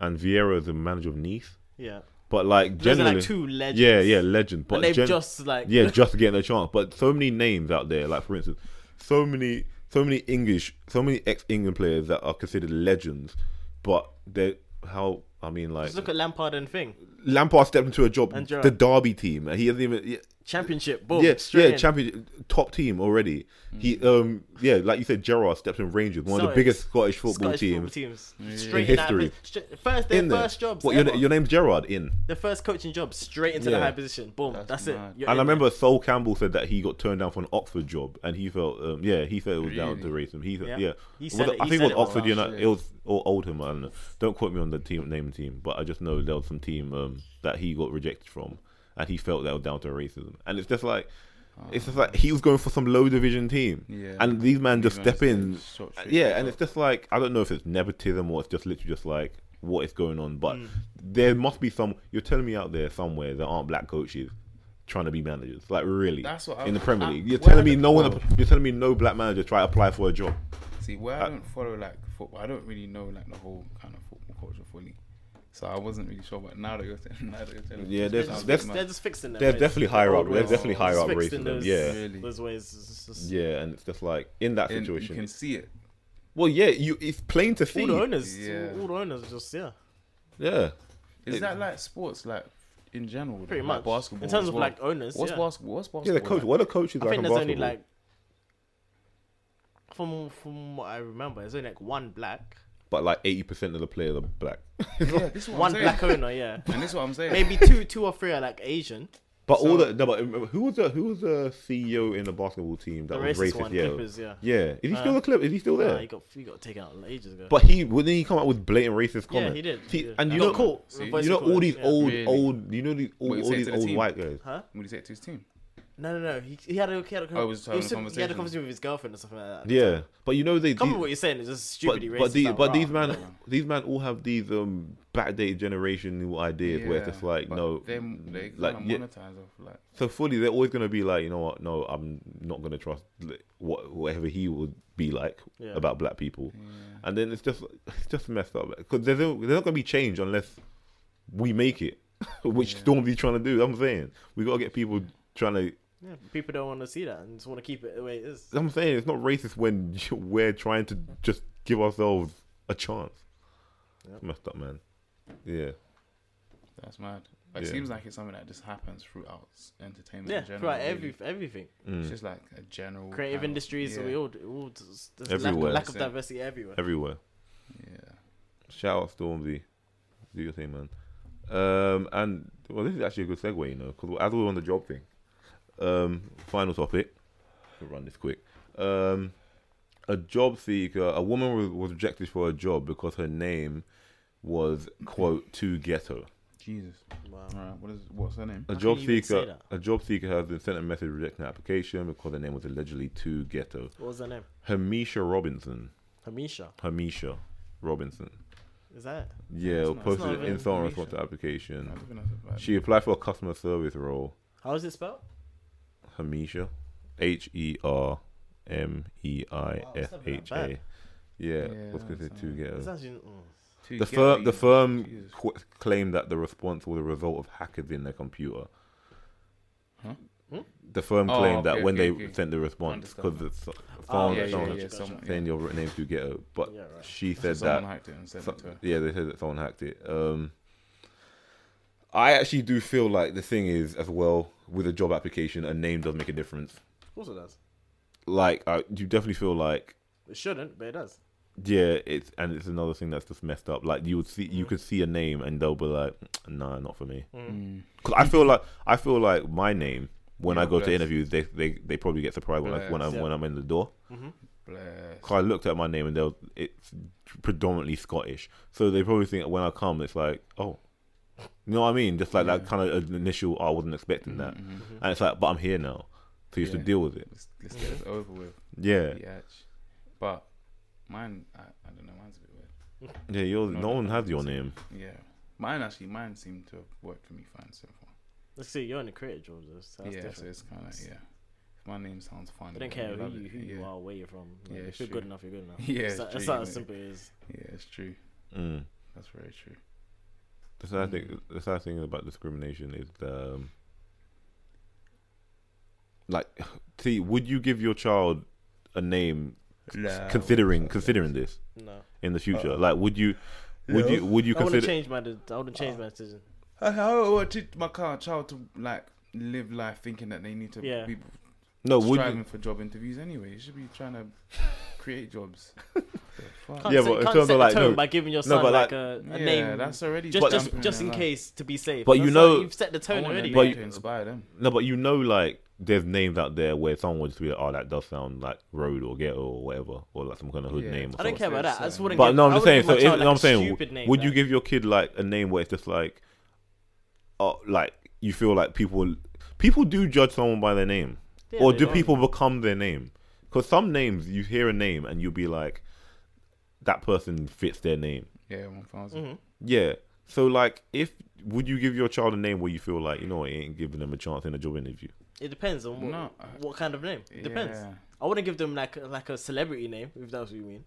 S2: and Vieira is the manager of Nice.
S3: Yeah.
S2: But like
S3: Those are
S2: generally,
S3: like two legends.
S2: yeah, yeah, legend. But
S3: And they've
S2: gen-
S3: just like
S2: yeah, just getting a chance. But so many names out there, like for instance, so many, so many English, so many ex-England players that are considered legends, but they how I mean like
S3: Just look at Lampard and Thing.
S2: Lampard stepped into a job,
S3: And Gerrard.
S2: the Derby team, and he hasn't even. Yeah,
S3: Championship. Boom.
S2: yeah,
S3: straight
S2: yeah
S3: in. Mm.
S2: champion, top team already. He, um, yeah, like you said, Gerrard stepped in Rangers, one of the
S3: Celtics.
S2: biggest Scottish football
S3: Scottish
S2: teams
S3: football teams. Straight in
S2: history.
S3: history. first, their
S2: in there.
S3: first jobs.
S2: What your,
S3: ever.
S2: your name's Gerrard in?
S3: Their first coaching job straight into
S2: Yeah.
S3: the high position. Boom.
S1: That's
S3: That's,
S1: mad.
S3: it. You're
S2: and I
S3: in there.
S2: remember Sol Campbell said that he got turned down for an Oxford job, and he felt, um, yeah, he felt it was down to
S1: Really?
S2: racism. He said,
S3: Yeah.
S2: yeah,
S3: He
S2: Was
S3: said
S2: it-
S3: it-
S2: I
S3: he
S2: think it
S3: said
S2: was
S3: it all
S2: Oxford
S1: last
S2: United.
S1: year.
S2: It was or Oldham. I don't know. Don't quote me on the team name team, but I just know there was some team um, that he got rejected from, and he felt that was down to racism. And it's just like, it's just like he was going for some low division team,
S1: Yeah.
S2: and these men just
S1: Even
S2: step in, Uh,
S1: just short shit
S2: yeah,
S1: like
S2: and
S1: that.
S2: it's just like I don't know if it's nepotism or it's just literally just like what is going on, but
S1: Mm.
S2: there must be some. You're telling me out there somewhere there aren't black coaches trying to be managers, like really,
S1: That's what I-
S2: in the Premier
S1: I-
S2: League. You're
S1: where
S2: telling
S1: the-
S2: me no one,
S1: well-
S2: you're telling me no black manager try to apply for a job.
S1: See, where I don't follow like football, I don't really know like the whole kind of football culture fully. So I wasn't really sure. But now that you're telling, now that you're telling, me,
S2: Yeah,
S1: it
S2: there's-
S1: sounds a
S2: there's-
S1: bit mad.
S3: They're just fixing that.
S2: There's
S3: mate.
S2: definitely higher up.
S3: Old
S2: There's
S3: ways.
S2: definitely higher
S3: Just
S2: up
S3: fixed in
S2: racism.
S3: those-
S2: Yeah,
S1: Really?
S3: Those ways. It's just- it's just-
S2: yeah, and it's just like in that
S1: And you
S2: situation.
S1: can see it.
S2: Well, yeah, you it's plain to
S3: All
S2: see.
S3: the owners.
S1: Yeah.
S3: All the owners are just, yeah.
S2: Yeah,
S1: Is
S2: It-
S1: that like sports? Like in general, though,
S3: Pretty
S1: like
S3: much.
S1: basketball
S3: In terms
S1: as
S3: of
S1: well.
S3: like owners,
S1: what's
S3: yeah.
S1: basketball? What's
S2: Yeah,
S1: basketball?
S2: the coach.
S1: like?
S2: What the coaches
S3: I
S2: like
S3: think
S2: in
S3: there's only
S2: basketball?
S3: like from from what I remember, there's only like one black,
S2: but like eighty percent of the players are black.
S1: Yeah, this is what
S3: one
S1: I'm saying.
S3: black owner, yeah.
S1: And this is what I'm saying.
S3: Maybe two two or three are like Asian.
S2: But all
S1: So-
S2: the no, but remember, who was the who was the CEO in the basketball team that
S3: The
S2: was
S3: racist,
S2: racist?
S3: one,
S2: yeah,
S3: Clippers, yeah.
S2: yeah. Is he still
S3: Uh,
S2: the clip? Is he still there?
S3: Nah, he got he got taken out ages ago.
S2: but he wouldn't he come out with blatant racist
S3: yeah,
S2: comments.
S3: he did.
S2: See,
S3: yeah.
S2: and you
S3: Got
S2: know,
S3: caught.
S1: See,
S3: Voice
S2: you know
S3: recorded,
S2: all these
S3: yeah.
S2: old,
S1: Really?
S2: old, you know these all,
S1: What you
S2: all
S1: say
S2: these
S1: to the
S2: old
S1: team?
S2: white guys.
S3: Huh?
S1: What do you say to his team?
S3: No, no, no. He, he had a he had a,
S1: Oh, he was just
S3: it
S1: having
S3: was
S1: a
S3: sim- He had a
S1: conversation.
S3: conversation with his girlfriend or something like that.
S2: Yeah, but you know they.
S3: Come
S2: these-
S3: with what you're saying. It's just
S2: but,
S3: stupidly racist.
S2: but, the,
S3: like,
S2: but
S3: rah.
S2: these man,
S1: Yeah.
S2: these man all have these um backdated generational ideas where it's
S1: Yeah,
S2: just like
S1: but
S2: no,
S1: them- they
S2: like
S1: kinda
S2: yeah,
S1: monetize off like
S2: so fully they're always gonna be like you know what? No, I'm not gonna trust li- what whatever he would be like
S3: Yeah.
S2: about black people,
S1: yeah.
S2: and then it's just it's just messed up because there's no, there's not gonna be change unless we make it, which
S1: Yeah.
S2: Stormzy trying to do. I'm saying we gotta get people trying to
S3: Yeah, people don't want to see that and just want to keep it the way it is.
S2: I'm saying it's not racist when we're trying to just give ourselves a chance.
S3: Yep.
S2: Messed up, man. Yeah,
S1: That's mad. But It
S2: Yeah.
S1: seems like it's something that just happens throughout s- entertainment.
S3: Yeah,
S1: in general,
S3: throughout
S1: really.
S3: every everything,
S1: It's
S2: Mm.
S1: just like a general
S3: creative
S1: kind of-
S3: industries,
S1: Yeah,
S3: we all, all just, there's
S2: Everywhere.
S3: Lack, lack of
S1: Same.
S3: diversity everywhere.
S2: everywhere.
S1: yeah.
S2: Shout out Stormzy. Do your thing, man. Um, and well, this is actually a good segue, you know, because as we we're on the job thing. Um, final topic. We'll run this quick. Um, a job seeker, a woman was, was rejected for a job because her name was quote too ghetto.
S1: Jesus.
S3: Wow.
S1: All right. What is what's her name?
S2: A
S3: How can
S2: job
S3: you even say
S2: seeker,
S3: that?
S2: a job seeker has been sent a message rejecting an application because her name was allegedly too ghetto.
S3: What was her name?
S2: Hamisha Robinson,
S3: Hamisha.
S2: Hamisha Robinson.
S3: Is that?
S2: Yeah,
S1: That's not-
S2: posted
S3: that's not
S2: an
S3: even
S2: insult and response
S1: Hamisha.
S2: to application.
S1: I don't think that's a bad-
S2: She applied for a customer service role.
S3: How is it spelled?
S2: Hamisha, H E R M E I
S3: Wow,
S2: S
S3: that's not
S2: H
S3: bad.
S2: A. Yeah,
S1: Yeah,
S2: was considered
S1: that's
S2: too
S1: not-
S3: It's
S2: ghetto.
S3: actually. mm.
S1: Too
S2: The
S1: ghetty.
S2: firm, the firm
S1: Jesus.
S2: qu- claimed that the response was a result of hackers in their computer.
S1: Huh?
S3: Hmm?
S2: The firm
S1: Oh,
S2: claimed that
S1: okay,
S2: when
S1: okay,
S2: they
S1: okay.
S2: sent the response,
S1: Understand
S2: because it's
S3: Oh,
S2: someone,
S1: yeah,
S2: someone
S1: yeah,
S3: gotcha,
S1: yeah,
S3: gotcha.
S1: someone, yeah.
S2: saying your name too ghetto, but
S3: Yeah, right.
S2: she
S1: So
S2: said
S1: someone
S2: that.
S1: hacked it and sent
S2: some-
S1: it to her.
S2: yeah, they said that someone hacked it. Um, I actually do feel like the thing is as well with a job application, a name does make a difference.
S3: Of course it does.
S2: Like, I you definitely feel like
S3: It shouldn't, but it does.
S2: yeah, it's and it's another thing that's just messed up. Like you would see, you could see a name and they'll be like, nah, not for me.
S1: Mm.
S2: Because I feel like I feel like my name when I
S1: Yeah,
S2: go to
S1: bless.
S2: interviews, they they, they probably get surprised when I, when I'm
S3: Bless.
S2: when I'm in the door.
S1: Bless.
S2: Cause I looked at my name and they was, it's predominantly Scottish, so they probably think when I come, it's like, oh, you know what I mean? Just like that
S1: Yeah.
S2: kind of initial, oh, I wasn't expecting that,
S1: Mhm, mhm.
S2: and it's like, but I'm here now, so you have
S1: Yeah.
S2: to deal with it.
S1: Let's, let's get this over with.
S2: Yeah, yeah.
S1: Yeah. But mine, I, I don't know. Mine's a bit weird.
S2: yours,
S1: No,
S2: no one
S1: no,
S2: has your
S1: it's-
S2: name.
S1: Yeah. Mine actually, mine seemed to have worked for me fine so far.
S3: Let's see. You're in the creative jobs, though, so that's
S1: yeah, so
S3: different.
S1: it's kind of yeah. If my name sounds fun,
S3: They don't
S1: then
S3: care
S1: they
S3: who
S1: love
S3: you,
S1: it.
S3: who you
S1: yeah.
S3: are, where you're from. Like,
S1: Yeah,
S3: if
S1: it's
S3: you're
S1: true.
S3: good enough, you're good enough.
S1: Yeah,
S3: it's
S1: it's
S3: not, it's
S1: true,
S3: not as
S1: innit?
S3: simple as
S1: Yeah, it's true.
S2: Mm.
S1: That's very true.
S2: The sad thing, the sad thing about discrimination is the, um, like, see, would you give your child a name considering considering this
S3: no.
S2: in the future? like, would you, would you, would you
S3: Uh-uh. I wouldn't
S2: consider?
S3: change my. de- I wouldn't change my decision.
S1: I, I wanted my car child to like live life thinking that they need to
S3: Yeah.
S1: be
S2: No, would
S1: striving
S2: you?
S1: for job interviews anyway. You should be trying to create jobs. The fuck?
S3: Can't
S2: Yeah,
S3: set-
S2: but in
S3: can't
S2: terms of,
S3: set the
S2: like,
S3: tone
S2: no-
S3: by giving your
S2: no,
S3: son
S2: but,
S3: like,
S2: like-
S3: a, a
S1: yeah,
S3: name
S1: that's already
S3: just
S1: but-
S3: just
S1: dampening
S3: just
S1: their
S3: in
S1: life.
S3: case to be safe.
S2: But you
S3: That's
S2: know-
S3: like, you've set the
S1: I
S3: tone
S1: want their
S3: already.
S1: name
S2: But
S1: to
S2: you-
S1: inspire them.
S2: No, but you know, like, there's names out there where someone would just be like, "Oh, that does sound like road or ghetto or whatever, or like some kind of hood
S1: Yeah.
S2: name." Or
S3: I don't
S2: something.
S3: care about that. I just wouldn't.
S2: But
S3: give,
S2: no, I'm
S3: I
S2: just saying.
S3: wouldn't
S2: So
S3: give my
S2: if,
S3: child,
S2: no, I'm
S3: like, a
S2: saying,
S3: stupid name,
S2: would
S3: like,
S2: you give your kid like a name where it's just like, oh, like you feel like people, people do judge someone by their name,
S3: Yeah,
S2: or
S3: they
S2: do
S3: do.
S2: people become their name? Because some names, you hear a name and you'll be like, that person fits their name.
S1: Yeah, one thousand.
S3: Mhm.
S2: Yeah. So like, if would you give your child a name where you feel like you know what, it ain't giving them a chance in a job interview?
S3: It depends on what,
S1: No, uh,
S3: what kind of name. It Mm-hmm. depends.
S1: Yeah.
S3: I wouldn't give them like like a celebrity name if that's what you mean.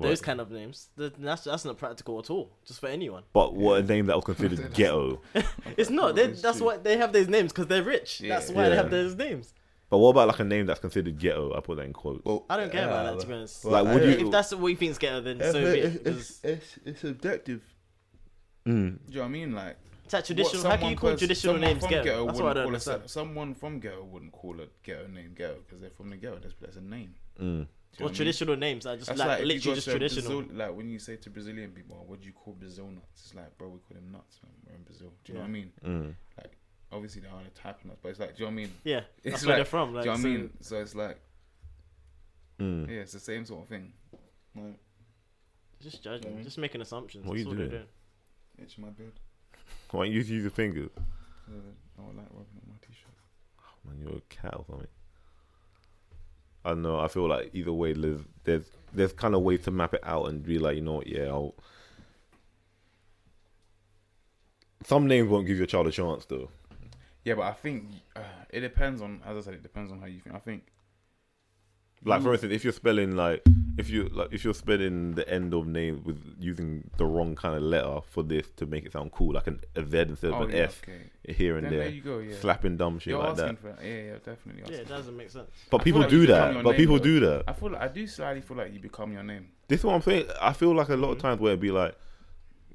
S3: Those
S2: Like,
S3: kind of names. That- That's that's not practical at all. Just for anyone.
S2: but what a name that was considered ghetto.
S3: It's not. They,
S1: It's
S3: that's
S1: true.
S3: why they have those names because they're rich.
S1: Yeah.
S3: That's why they
S2: Yeah.
S3: have those names.
S2: But what about like a name that's considered ghetto? I put that in quotes.
S3: I don't care about that to be honest.
S2: Like, would
S3: if,
S2: you-
S3: if that's what you think's ghetto, then so be it. 'cause
S1: it's, it's subjective.
S2: Mm.
S1: Do you know what I mean? Like,
S3: It's like traditional. How can you call
S1: pers-
S3: traditional
S1: someone
S3: names
S1: from
S3: ghetto? That's what I
S1: wouldn't
S3: don't
S1: call a-
S3: understand.
S1: someone from ghetto wouldn't call a ghetto name ghetto because they're from the ghetto. That's, that's a name.
S2: Mm.
S1: Do you know
S3: Or
S1: what I mean?
S3: traditional names are just
S1: That's
S3: like,
S1: like, if you go
S3: literally just
S1: to a
S3: traditional.
S1: Brazil- like when you say to Brazilian people, "Oh, what do you call Brazil nuts? It's like, bro, we call them nuts, man. We're in Brazil. Do you know what I mean?
S2: Mm.
S1: Obviously, they are the type of nuts, but it's like, do you know what I mean?
S3: Yeah,
S1: It's
S3: that's where
S1: like-
S3: they're from.
S1: Do
S3: Like,
S1: you know what I
S3: so-
S1: mean? So it's like,
S2: Mm.
S1: yeah, it's the same sort of thing. Like,
S3: Just judging,
S1: Mhm.
S3: just making assumptions.
S2: What
S3: That's
S2: you
S3: all they're
S2: doing?
S3: doing.
S1: itch my beard.
S2: Why don't you use your fingers?
S1: Uh, I would like rubbing on my t-shirt.
S2: Man, you're a cat or something. I don't know. I feel like either way, there's there's, there's kind of ways to map it out and be like, you know what? Yeah, I'll... some names won't give your child a chance though.
S1: Yeah, but I think uh, it depends on, as I said, it depends on how you think. I think
S2: Like for
S1: Mm.
S2: instance, if you're spelling like if you like if you're spelling the end of name with using the wrong kind of letter for this to make it sound cool, like an a Z instead of
S1: oh,
S2: an
S1: yeah,
S2: S
S1: okay.
S2: here and
S1: Then
S2: there,
S1: there you go. Yeah,
S2: slapping dumb shit
S1: you're
S2: like
S1: asking
S2: that.
S1: for that. Yeah, yeah, definitely.
S3: Yeah,
S1: Asking.
S3: it doesn't make sense.
S2: But
S1: I feel
S2: people
S1: like you
S2: do
S1: become
S2: that.
S1: your
S2: But
S1: name,
S2: people
S1: though.
S2: do that.
S1: I feel, like, I do slightly feel like you become your name.
S2: This is what I'm saying. I feel like a lot of
S1: Mm-hmm.
S2: times where it'd be like,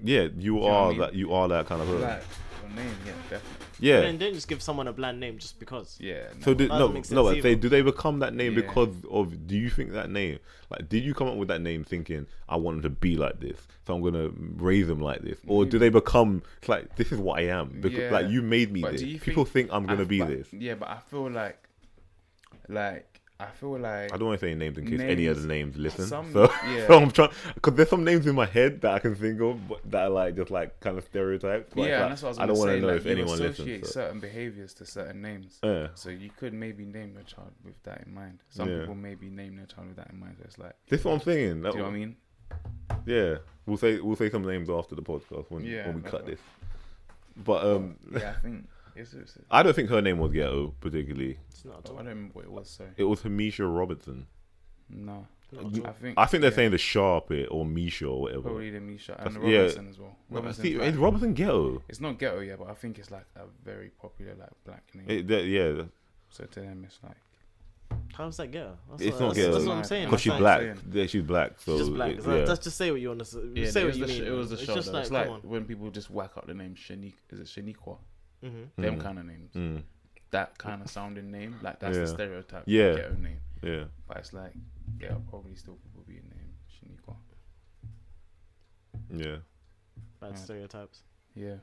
S2: yeah, you
S1: what I
S2: are
S1: mean?
S2: that. You are that kind of person.
S1: Like your name, yeah, definitely.
S2: yeah.
S3: And then don't just give someone a bland name just because.
S1: Yeah.
S2: so
S1: no.
S2: do,
S3: That
S2: no,
S3: makes
S2: no.
S3: sense
S2: I say, do they become that name
S1: Yeah.
S2: because of? Do you think that name? Like, did you come up with that name thinking I want them to be like this, so I'm gonna raise them like this, or do they become it's like this is what I am? Because
S1: Mm-hmm. Yeah.
S2: like you made me
S1: But
S2: this.
S1: do you
S2: People think, I'm gonna
S1: I-
S2: be
S1: but-
S2: this.
S1: Yeah, but I feel like, like I feel like
S2: I don't want to say names in case any
S1: Names.
S2: other names listen.
S1: Some-
S2: so,
S1: yeah.
S2: so I'm trying because there's some names in my head that I can think of but that are like just like kind of stereotypes. but it's
S1: yeah,
S2: like,
S1: and that's what I was
S2: I don't
S1: want to
S2: know if
S1: you
S2: anyone
S1: associate
S2: listens. So.
S1: certain behaviors to certain names.
S2: Yeah.
S1: So you could maybe name your child with that in mind. Some
S2: Yeah.
S1: people maybe name their child with that in mind. So it's like,
S2: This is what I'm saying.
S1: do you know what I mean?
S2: Yeah, we'll say we'll say some names after the podcast when
S1: Yeah,
S2: when we
S1: that's
S2: cut
S1: fine.
S2: this. But um,
S1: Yeah, I think it's. it's
S2: I don't think her name was Ghetto particularly.
S3: It's not
S1: I
S3: at all.
S1: don't remember what it was. Sorry.
S2: It was Hamisha Robertson.
S1: No,
S3: Not at all.
S1: I think.
S2: I think they're
S1: yeah,
S2: saying the Sharp it or Misha or whatever.
S1: probably the Misha
S2: That's-
S1: and the
S2: yeah.
S1: Robinson as well.
S2: No, I
S1: Robinson's
S2: see,
S1: black.
S2: is Robertson Ghetto?
S1: It's not ghetto, yeah, but I think it's like a very popular like black name.
S2: It, that, yeah,
S1: so to them, it's like
S3: How's that ghetto? That's
S2: It's
S3: what,
S2: not
S3: that's, that's
S2: ghetto.
S3: what I'm saying.
S2: because
S1: That's
S2: she's
S1: what
S3: Like,
S1: I'm
S2: black.
S1: saying.
S2: Yeah, she's black. So
S3: She's just black.
S2: it-
S3: It's
S2: yeah.
S3: like, That's just say what you want to say. say
S1: it
S3: what
S1: was,
S3: you
S1: the,
S3: mean.
S1: it was the
S3: it's
S1: show.
S3: just
S1: though.
S3: like,
S1: it's
S3: come
S1: like
S3: on.
S1: when people just whack out the name Shaniqua. Is it Shaniqua?
S3: hmm
S1: Them
S2: Mm.
S1: kind of names.
S2: Mm,
S1: That kind of sounding name. Like that's
S2: Yeah.
S1: the stereotype.
S2: Yeah.
S1: Ghetto name.
S2: Mm, yeah.
S1: But it's like yeah, probably still people be named Shaniqua.
S2: Yeah.
S3: Bad stereotypes.
S1: Yeah.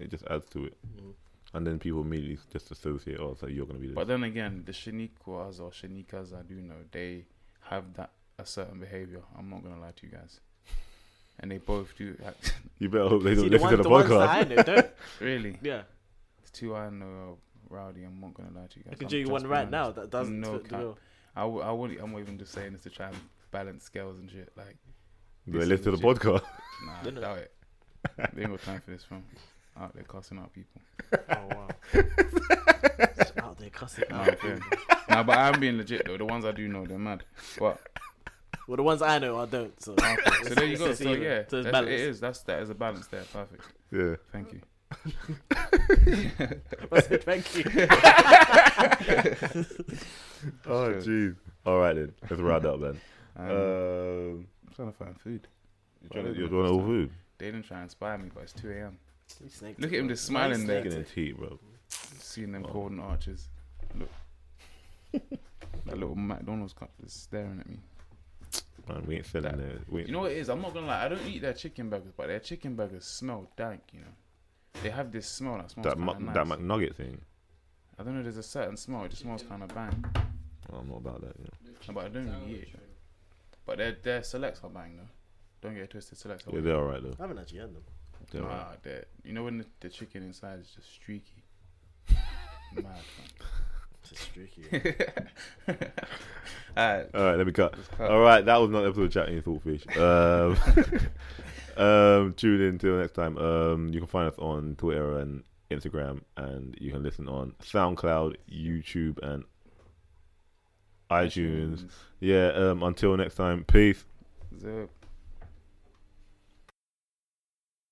S2: It just adds to it,
S3: Mhm.
S2: and then people immediately just associate. Oh, so you're gonna be this.
S1: But then again, the Shaniquas or Shanikas I do know, they have that a certain behavior. I'm not gonna lie to you guys. And they both do. Like,
S2: you better hope they don't
S3: See, the,
S2: listen
S3: one,
S2: to
S3: the,
S2: the
S3: ones
S2: podcast.
S3: that I know, don't.
S1: really,
S3: Yeah,
S1: the two I know are rowdy. I'm not gonna lie to you guys.
S3: I could
S1: I'm
S3: do you
S1: just
S3: one
S1: being
S3: right
S1: honest.
S3: now that doesn't
S1: No
S3: fit the
S1: cap.
S3: bill.
S1: I, w- I wouldn't, I'm not even just saying this to try and balance scales and shit. Like,
S2: Do they
S1: This
S2: listen to the
S1: is legit.
S2: podcast?
S1: nah,
S3: Dunno.
S1: doubt it. They ain't got time for this, fam. Out there cussing out people.
S3: Oh wow. Just out there cussing.
S1: Nah,
S3: out.
S1: fair. nah, but I'm being legit though. The ones I do know, they're mad. But
S3: Well, the ones I know, I don't. So,
S1: so there you go.
S3: It's
S1: So
S3: even.
S1: yeah,
S3: So
S1: that's,
S3: it's
S1: it
S3: balanced.
S1: is. That's that is a balance there. Perfect.
S2: Yeah.
S1: Thank you.
S3: That's it, Thank you.
S2: Oh
S1: Sure.
S2: jeez. All right then. Let's round up then.
S1: Um,
S2: Um,
S1: I'm trying to find food.
S2: you're
S1: Right,
S2: doing all food.
S1: They didn't try and inspire me, but it's 2 a.m.
S3: You snaked
S1: Look
S3: it,
S1: at him
S3: bro.
S1: just smiling
S3: Nice
S1: there.
S2: Chicken and tea, bro.
S1: Seeing them golden arches. Look. that little McDonald's cup is staring at me.
S2: Man, we ain't selling that. We ain't,
S1: You know what it is? I'm not gonna lie. I don't eat their chicken burgers, but their chicken burgers smell dank. You know, they have this smell that smells
S2: that
S1: kind
S2: Mc,
S1: of nice.
S2: that McNugget thing.
S1: I don't know. There's a certain smell. It just smells kind of bang.
S2: Oh, I'm not about that. You know.
S4: um,
S1: No, but I don't really eat it. But their their selects are bang though. Don't get it twisted. Selects are.
S2: Yeah,
S1: bang.
S2: they're all right though.
S3: I haven't actually had them.
S2: They're all right.
S1: Nah, they're, you know when the, the chicken inside is just streaky. Mad.
S3: It's streaky.
S1: Alright,
S2: All right, let me cut.
S1: let's cut.
S2: All right, that was not episode of Chatting Thoughtfish. Um, um, tune in till next time. Um, you can find us on Twitter and Instagram, and you can listen on SoundCloud, YouTube, and iTunes. Yeah. Um, until next time, peace.
S1: Zip.